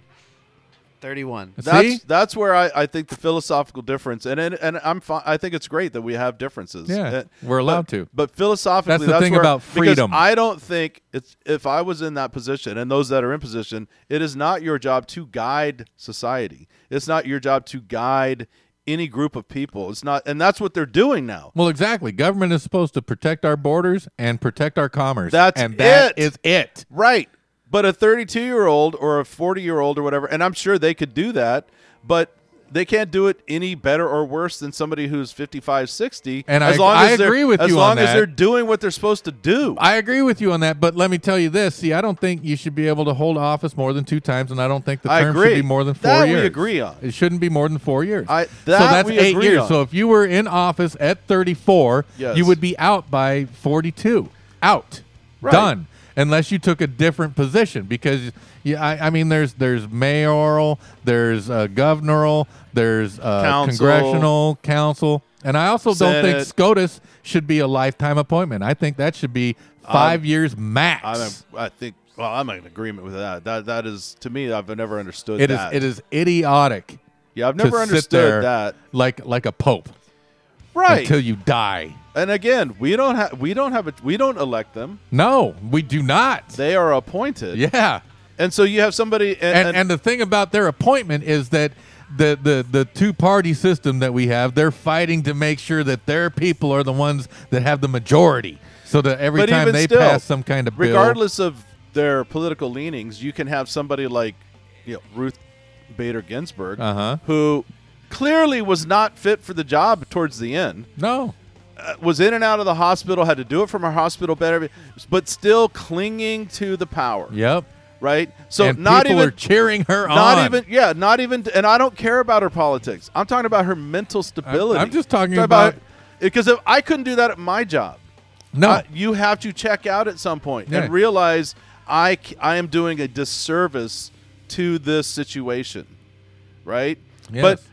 thirty-one. that's See? that's where I, I think the philosophical difference and and, and I'm fine. I think it's great that we have differences. Yeah, And- we're allowed but- to. But philosophically, That's the thing where- about because freedom. I don't think it's if I was in that position and those that are in position, it is not your job to guide society. It's not your job to guide any group of people. It's not, and that's what they're doing now. Well, exactly. Government is supposed to protect our borders and protect our commerce. That's and that it. is it. Right. But a 32 year old or a 40 year old or whatever, and I'm sure they could do that, but they can't do it any better or worse than somebody who's 55, 60. And as I- long I as they're- agree with as you on long as that. they're doing what they're supposed to do. I agree with you on that, but let me tell you this. See, I don't think you should be able to hold office more than two times, and I don't think the I term should agree. be more than four That we years. agree on. It shouldn't be more than four years. I- so that that's we eight agree years. on. So if you were in office at 34, Yes. you would be out by 42. Out. Done. Unless you took a different position, because yeah, I, I mean, there's there's mayoral, there's uh, governoral, there's uh, Council. congressional council, and I also don't think Senate. SCOTUS should be a lifetime appointment. I think that should be five years max. I'm, I think, well, I'm in agreement with that. That That is, to me, I've never understood It is that. it is idiotic. yeah, I've to never sit there understood that. Like like a pope Right. until you die. and again, we don't have, we don't have, a, we don't elect them. No, we do not. They are appointed. yeah. And so you have somebody, and, And, and the thing about their appointment is that the the the two party system that we have, they're fighting to make sure that their people are the ones that have the majority. So that every time they pass some kind of bill, regardless of their political leanings, you can have somebody like you know, Ruth Bader Ginsburg, Uh-huh. who clearly was not fit for the job towards the end, No. uh, was in and out of the hospital, had to do it from her hospital bed, but still clinging to the power. Yep. Right. So and not people even are cheering her not on. even yeah not even and i don't care about her politics i'm talking about her mental stability I'm just talking about- because if i couldn't do that at my job no. I- you have to check out at some point Yeah. and realize I, c- I am doing a disservice to this situation right but Yes.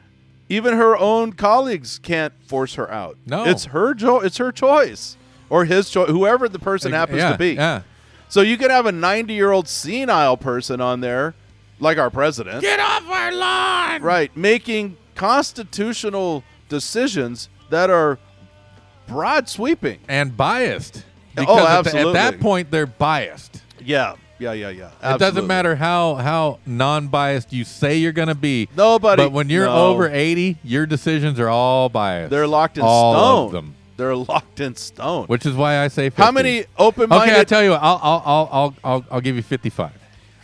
even her own colleagues can't force her out No. it's her jo- it's her choice or his choice whoever the person happens yeah, to be Yeah. so you could have a 90 year old senile person on there like our president Get off our lawn. right making constitutional decisions that are broad sweeping And biased. Oh, Because at the- absolutely. at that point, they're biased. yeah yeah yeah yeah It doesn't matter how how non-biased you say you're going to be. Nobody- But when you're no. over 80, your decisions are all biased. they're locked in all stone of them. they're locked in stone Which is why I say 50. how many open-minded Okay, I tell you what. I'll I'll I'll I'll, I'll, I'll give you 55.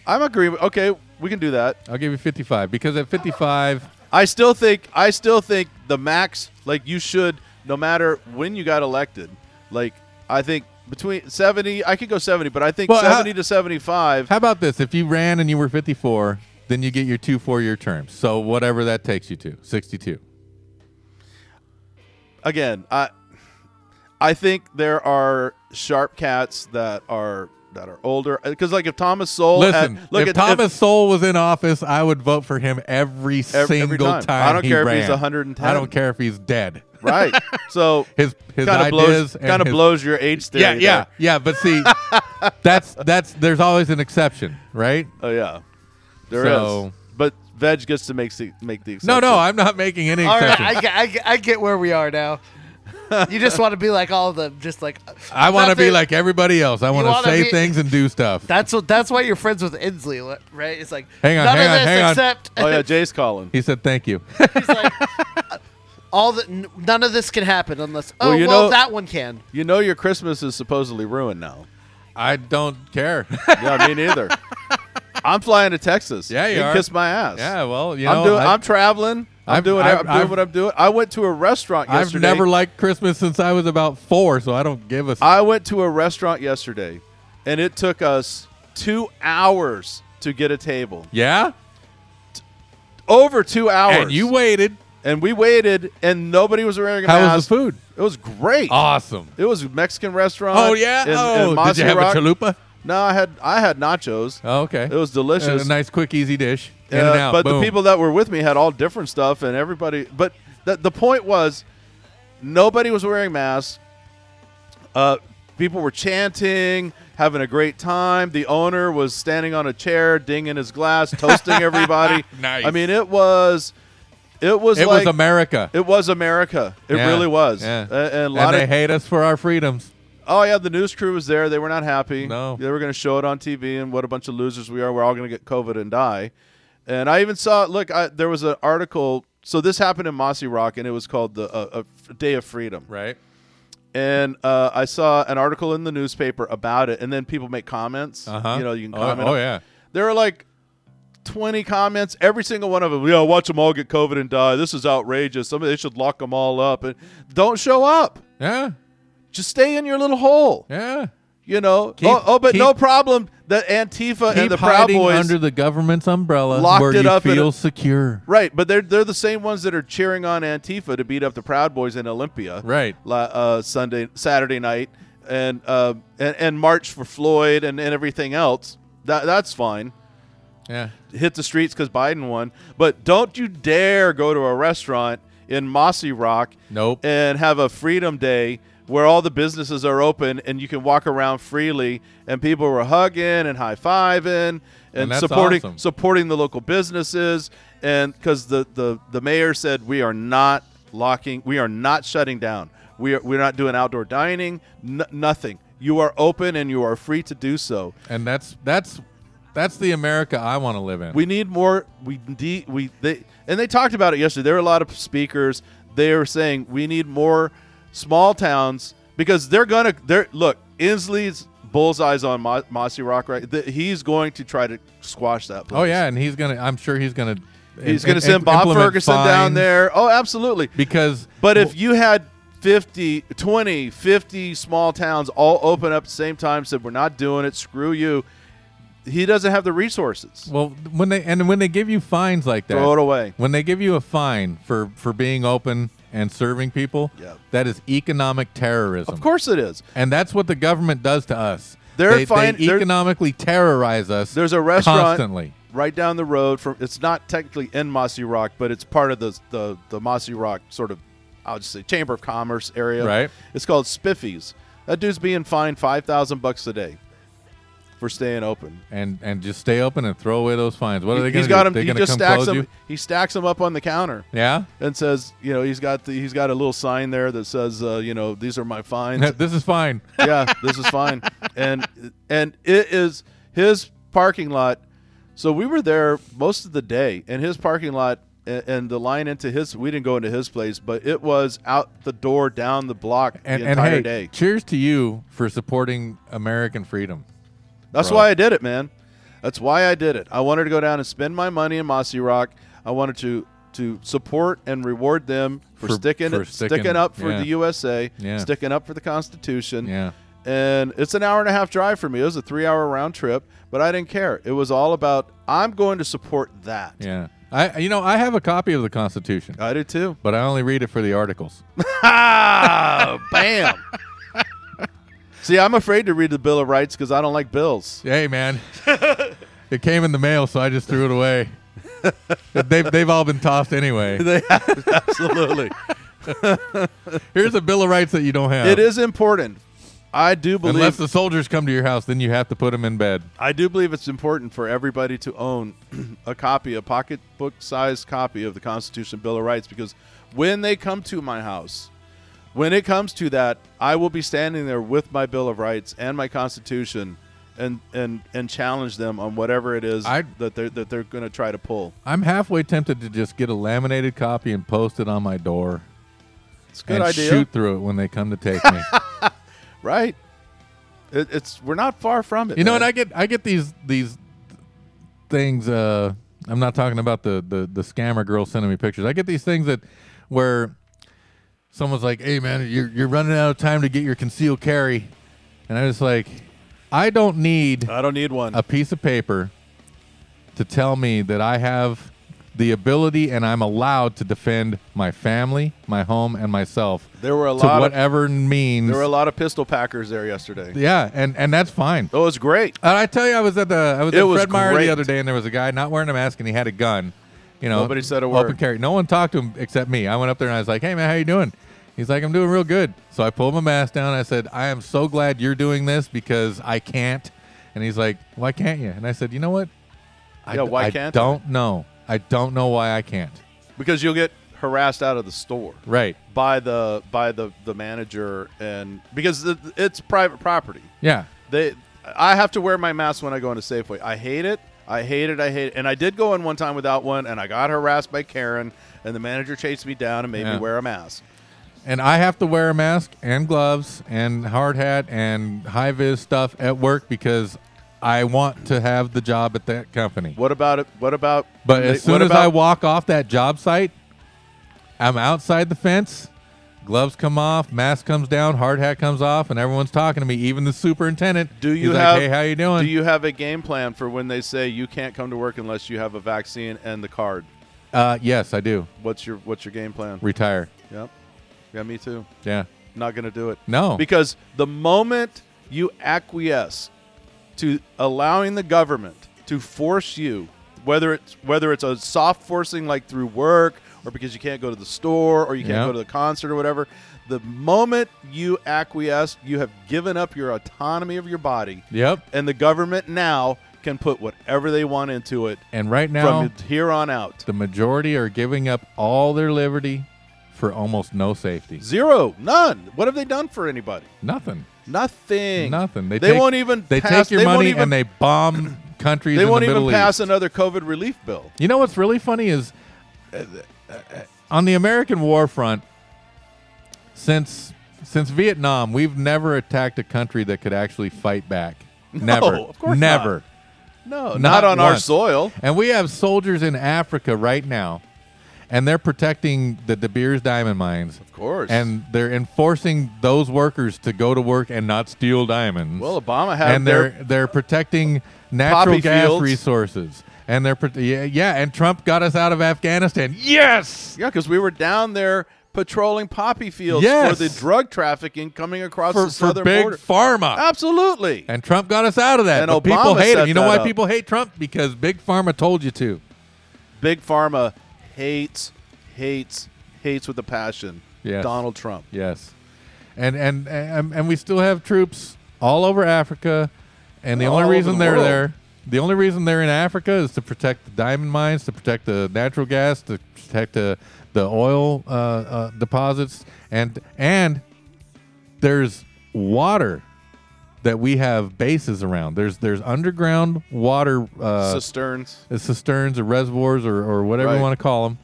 i'm agreeing okay we can do that I'll give you 55 because at 55, i still think i still think the max like you should no matter when you got elected like i think between 70 i could go 70 but i think Well, how- 70 to 75 how about this? If you ran and you were 54, then you get your two four-year terms. So whatever that takes you to, 62. again, I I think there are sharp cats that are that are older because like if Thomas Sowell had- Listen, uh, look if at Thomas Sowell was in office, I would vote for him every, every single time. time. I don't he care if he's ran. 110. I don't care if he's dead. right so His his kind of ideas blows and kind of his- blows your age theory Yeah, yeah, there. yeah. But see, that's that's there's always an exception, right? oh yeah there is So- but Veg gets to make se- make the No, exception. no, I'm not making any All right, exceptions. I get, I, get, I get where we are now. You just want to be like all of them, just like I want to be nothing- like everybody else. I want to wanna say be- things and do stuff. That's what. That's why you're friends with Inslee, li- right? It's like Hang on, none hang of on, this hang on. except oh yeah Jay's calling he said, "Thank you." he's like all the n- none of this can happen unless oh Well, well, you know- that one can. you know your Christmas is supposedly ruined now I don't care. yeah me neither I'm flying to Texas Yeah, you can are. kiss my ass yeah, well, you know, I'm doing. I, I'm traveling. I'm I've- doing. I've- I'm doing I've- what I'm doing. I went to a restaurant I've yesterday. never liked Christmas since I was about four, so I don't give a. s- I went to a restaurant yesterday, and it took us two hours to get a table. yeah, Over two hours. and you waited. And we waited, and nobody was wearing a How mask. was the food? It was great. Awesome. It was a Mexican restaurant. Oh yeah. in- in oh, did you have Mossy a Rock. chalupa? No, I had I had nachos. Oh, okay. It was delicious. A nice, quick, easy dish. In Uh, and out. But Boom. the people that were with me had all different stuff, and everybody. But the, the point was, nobody was wearing masks. Uh, people were chanting, having a great time. The owner was standing on a chair, dinging his glass, toasting everybody. Nice. I mean, it was, it was it like was America. it was America. It Yeah, really was. yeah. A- And, a and lot they of hate us for our freedoms. oh yeah, the news crew was there. They were not happy. No. they were going to show it on TV, and what a bunch of losers we are. We're all going to get COVID and die. And I even saw. Look, I, there was an article. So this happened in Mossy Rock, and it was called the uh, uh, Day of Freedom. Right. And uh, I saw an article in the newspaper about it, and then people make comments. Uh-huh. You know, you can Oh, comment. oh, yeah. There were like. 20 comments, every single one of them. Yeah, watch them all get COVID and die. This is outrageous. Somebody they should lock them all up and don't show up. Yeah. Just stay in your little hole. Yeah. You know, Keep- oh, oh, but no keep- problem. The Antifa Keep and the Proud hiding Boys, under the government's umbrella locked where it you up in feel a- secure. right? But they're they're the same ones that are cheering on Antifa to beat up the Proud Boys in Olympia, Right. la- Uh, Sunday, Saturday night, and uh, and, and march for Floyd and, and everything else. That that's fine. Yeah. Hit the streets because Biden won, but don't you dare go to a restaurant in Mossy Rock Nope. and have a freedom day where all the businesses are open and you can walk around freely and people were hugging and high-fiving and, And that's supporting awesome. supporting the local businesses and because the, the the mayor said we are not locking we are not shutting down we are we're not doing outdoor dining n- nothing you are open and you are free to do so And that's that's that's the America I want to live in. we need more. We de- we they and they talked about it yesterday. There were a lot of speakers. They were saying we need more small towns because they're gonna. They're look. Inslee's bullseyes on Mo- Mossy Rock right. th- he's going to try to squash that. Oh yeah, and he's gonna. I'm sure he's gonna. he's im- going to im- send Bob implement Ferguson down fines there. Oh, absolutely. because. But if you had 50, 20, 50 small towns all open up at the same time, said, we're not doing it, screw you, he doesn't have the resources. Well, when they and when they give you fines like that, Throw it away. When they give you a fine for for being open and serving people, Yep. that is economic terrorism. Of course it is. and that's what the government does to us. They're they, they fine- they're- economically terrorize us. There's a restaurant constantly. right down the road from, it's not technically in Mossy Rock, but it's part of the, the, the Mossy Rock sort of, I would say, Chamber of Commerce area. Right. It's called Spiffy's. That dude's being fined 5000 bucks a day for staying open. and and just stay open and throw away those fines. What are they going He's to got do? him. They're He going to just come stacks close him. you? He stacks him up on the counter. Yeah. and says, you know, he's got the, he's got a little sign there that says, uh, you know, these are my fines. this is fine. yeah, this is fine. And and it is his parking lot. So we were there most of the day, and his parking lot and, and the line into his. We didn't go into his place, but it was out the door down the block And, the and entire hey, day. cheers to you for supporting American freedom. That's Bro. why I did it, man. That's why I did it. I wanted to go down and spend my money in Mossy Rock. I wanted to to support and reward them for, For- sticking for sticking, sticking- up for yeah. the USA, Yeah. sticking up for the Constitution. Yeah. And it's an hour and a half drive for me. It was a three hour round trip, but I didn't care. It was all about I'm going to support that. Yeah. I you know, I have a copy of the Constitution, I do too. but I only read it for the articles. Ah, bam. See, I'm afraid to read the Bill of Rights because I don't like bills. hey man. it came in the mail so I just threw it away. they've they've all been tossed anyway. Absolutely. Here's a bill of rights that you don't have. It is important. I do believe Unless the soldiers come to your house, then you have to put them in bed. I do believe it's important for everybody to own a copy, a pocketbook-sized copy of the Constitution, Bill of Rights, because when they come to my house, when it comes to that, I will be standing there with my Bill of Rights and my Constitution, and and and challenge them on whatever it is I- that they're that they're going to try to pull. I'm halfway tempted to just get a laminated copy and post it on my door It's a good and idea, shoot through it when they come to take me. right? It, it's we're not far from it. You know, man. and I get I get these these things. Uh, I'm not talking about the, the the scammer girl sending me pictures. I get these things that where someone's like, "Hey, man, you're you're running out of time to get your concealed carry," and I'm just like, I don't need I don't need one. a piece of paper to tell me that I have the ability and I'm allowed to defend my family, my home, and myself there were a to lot. Of, whatever means. there were a lot of pistol packers there yesterday. yeah, and and that's fine. Oh, it was great. And I tell you, I was at the I was It at was Fred Meyer great. the other day, and there was a guy not wearing a mask, and he had a gun. You know, Nobody said a Open word. carry. No one talked to him except me. I went up there and I was like, "Hey man, how you doing?" He's like, "I'm doing real good." So I pulled my mask down. I said, "I am so glad you're doing this because I can't." And he's like, "Why can't you?" And I said, "You know what? I, Yeah, why I can't I?" don't know. I don't know why I can't." because you'll get harassed out of the store Right. by the by the the manager and because the, it's private property Yeah. they i have to wear my mask when i go into safeway i hate it i hate it i hate it and i did go in one time without one and i got harassed by karen and the manager chased me down and made Yeah. me wear a mask And I have to wear a mask and gloves and hard hat and high vis stuff at work because I want to have the job at that company. what about it what about But as what soon as I about- walk off that job site, I'm outside the fence. Gloves come off, mask comes down, hard hat comes off, and everyone's talking to me. Even the superintendent. do you He's have Like, hey, how you doing? do you have a game plan for when they say you can't come to work unless you have a vaccine and the card uh, yes, I do. what's your what's your game plan Retire. yep yeah me too Yeah. not gonna do it No. Because the moment you acquiesce to allowing the government to force you, whether it's whether it's a soft forcing like through work or because you can't go to the store or you can't Yeah. go to the concert or whatever, the moment you acquiesce, you have given up your autonomy of your body, yep. and the government now can put whatever they want into it And right now, from here on out. the majority are giving up all their liberty for almost no safety. Zero, none. What have they done for anybody? Nothing. Nothing. Nothing. They, They take- won't even They pass- take your they won't money even- and they bomb countries. They in the won't even Middle East. pass another COVID relief bill. You know what's really funny is uh, uh, uh, on the American war front, since Since Vietnam, we've never attacked a country that could actually fight back. Never. of course never. No, not, Not on our once. soil. And we have soldiers in Africa right now, and they're protecting the De Beers diamond mines. Of course. And they're enforcing those workers to go to work and not steal diamonds. well, Obama had and their they're they're protecting natural gas fields. resources. And they're prote- yeah, yeah, and Trump got us out of Afghanistan. Yes. Yeah, because we were down there patrolling poppy fields Yes. for the drug trafficking coming across For, the for southern big border. pharma. Absolutely. And Trump got us out of that. And but people Obama hate set him. You know that why up. people hate Trump? Because Big Pharma told you to. big pharma hates, hates, hates with a passion. Yes. Donald Trump. Yes. And and and, and we still have troops all over Africa, and the All over only reason the they're world. there, the only reason they're in Africa is to protect the diamond mines, to protect the natural gas, to protect the the oil uh, uh, deposits, and and there's water that we have bases around. There's there's underground water uh, Cisterns. uh, cisterns or reservoirs or, or whatever Right. you want to call them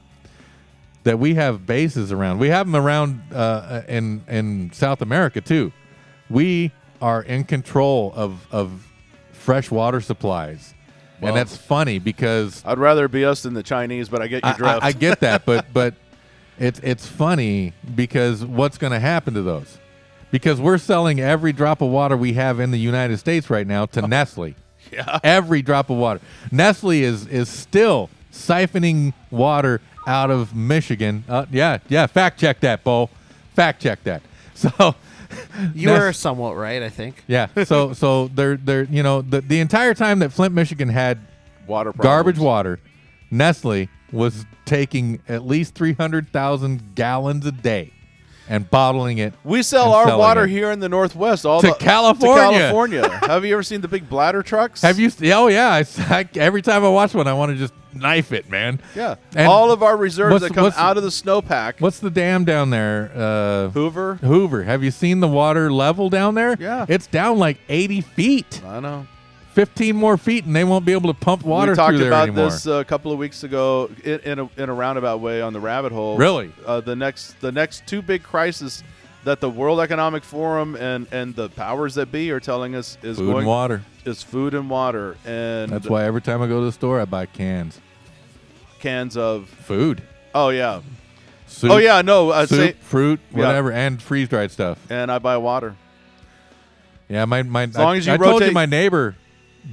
that we have bases around. We have them around uh, in in South America too. We are in control of of fresh water supplies, Well- and that's funny because I'd rather it be us than the Chinese, but I get your I, I- drift. I get that, but but it's it's funny because what's going to happen to those? Because we're selling every drop of water we have in the United States right now to Nestle. Yeah. Every drop of water. Nestle is is still siphoning water out of Michigan. Uh, yeah, yeah. Fact check that, Bo. Fact check that. So You Nes- were somewhat right, I think. yeah. So so they're they're you know the the entire time that Flint, Michigan had water problems. garbage water, Nestle was taking at least 300,000 gallons a day and bottling it. We sell and our selling water it. here in the Northwest, all To the, California. To California. Have you ever seen the big bladder trucks? Have you? Oh, yeah. I s- I- every time I watch one, I want to just knife it, man. Yeah, And all of our reserves what's- that come what's- out of the snowpack. What's the dam down there? Uh, Hoover? Hoover. Have you seen the water level down there? Yeah. It's down like 80 feet, I know. 15 more feet, and they won't be able to pump water we talked through there about anymore. this uh, a couple of weeks ago in, in, a, in a roundabout way on the rabbit hole. Really? uh, the next the next two big crises that the World Economic Forum and, and the powers that be are telling us is Food going and water. is food and water and That's why every time I go to the store, I buy cans. cans of Food. oh yeah Soup, oh yeah no uh, soup, say, fruit, Yeah. whatever, and freeze dried stuff. and I buy water. Yeah, my my. As long as you I told you rotate- my neighbor,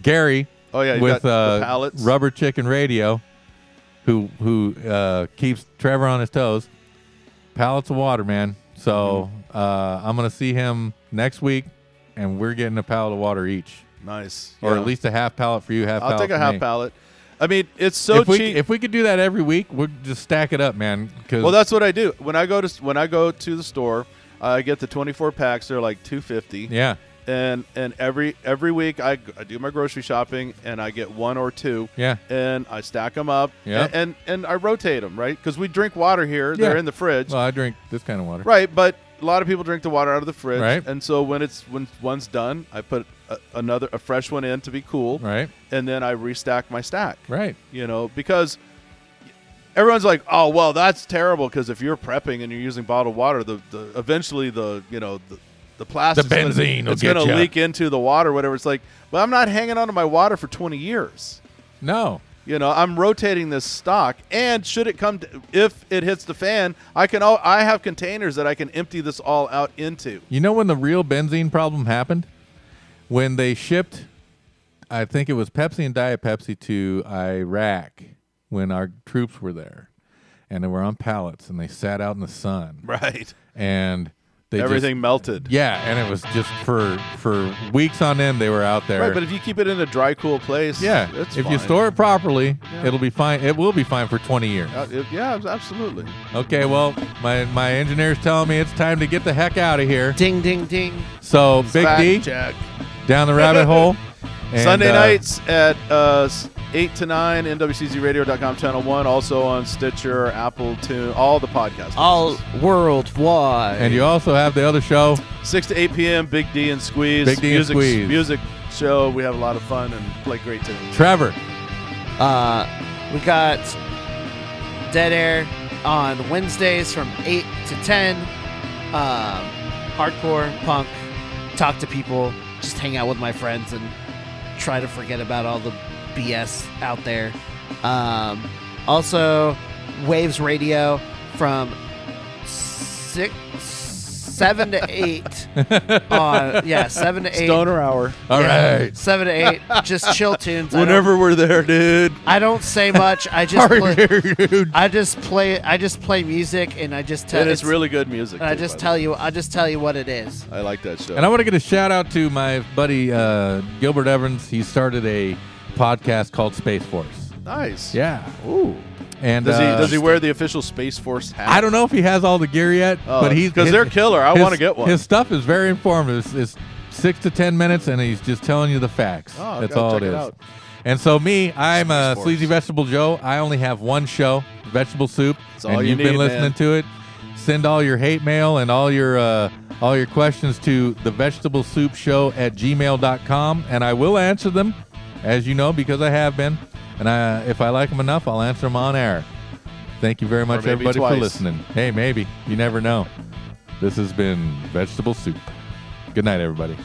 Gary. Oh, yeah, he's with got the uh, pallets. rubber chicken radio, who who uh, keeps Trevor on his toes. Pallets of water, man. So Mm-hmm. uh, I'm gonna see him next week, and we're getting a pallet of water each, Nice or Yeah. at least a half pallet for you, half. I'll pallet take a for half me. pallet. I mean it's so if we cheap. if we could do that every week, we'd just stack it up, man. 'cause- Well, that's what I do when I go to when I go to the store. I get the 24 packs. They're like 250. yeah, And and every every week I, I do my grocery shopping and I get one or two. Yeah. And I stack them up. Yeah. And and, and I rotate them right because we drink water here. They're Yeah. in the fridge. well, I drink this kind of water. Right. But a lot of people drink the water out of the fridge. Right. And so when it's when one's done, I put a, another a fresh one in to be cool. Right. And then I restack my stack Right. you know, because everyone's like, "Oh, well, that's terrible." Because if you're prepping and you're using bottled water, the, the eventually the you know the, the plastic, The benzene will it's get going to ya. leak into the water, whatever. It's like, well, I'm not hanging onto my water for 20 years. No. You know, I'm rotating this stock, and should it come, to, if it hits the fan, I can. All, I have containers that I can empty this all out into. You know when the real benzene problem happened? When they shipped, I think it was Pepsi and Diet Pepsi to Iraq when our troops were there. And they were on pallets and they sat out in the sun. Right. And they just- Everything melted. yeah, and it was just for for weeks on end they were out there. Right, but if you keep it in a dry, cool place, yeah, it's if you fine. store it properly, it'll be fine. It will be fine for 20 years. Uh, it- yeah, absolutely. Okay, well, my my engineer's telling me it's time to get the heck out of here. Ding, ding, ding. So, Big Fact D check. down the rabbit hole. And, Sunday uh, nights at uh, s- 8 to 9, NWCZRadio.com, Channel 1, also on Stitcher, Apple Tune, all the podcasts. All worldwide. And you also have the other show. 6 to 8 p.m., Big D and Squeeze. Big D and music, Squeeze. Music show. We have a lot of fun and play great tunes. Trevor, Uh, we got Dead Air on Wednesdays from 8 to 10. Um, hardcore punk, talk to people, just hang out with my friends, and try to forget about all the BS out there. Um, also, Waves Radio from six, seven to eight on yeah, seven to eight. Stoner hour. All yeah, right. seven to eight, just chill tunes. I don't- Whenever we're there, dude. I don't say much. I just play, I just play I just play music and I just tell And it's really good music. and I too, just by tell you I just tell you what it is. the way. I like that show. And I want to get a shout out to my buddy uh, Gilbert Evans. He started a podcast called Space Force. nice. Yeah. Ooh. And Does he uh, does he wear the official Space Force hat? I don't know if he has all the gear yet, Oh, but he's 'cause his- they're killer. I his- wanna get one. His stuff is very informative. It's, it's six to ten minutes, and he's just telling you the facts. Oh, I That's gotta all check it it is. out. And so me, I'm uh, Space sleazy Force. vegetable Joe. I only have one show, Vegetable Soup, That's and all you you've need, been listening man. to it. Send all your hate mail and all your uh, all your questions to the vegetable soup show at gmail.com and I will answer them, as you know, because I have been. And I, if I like them enough, I'll answer them on air. Thank you very much, maybe everybody, twice. for listening. Hey, maybe. You never know. This has been Vegetable Soup. Good night, everybody.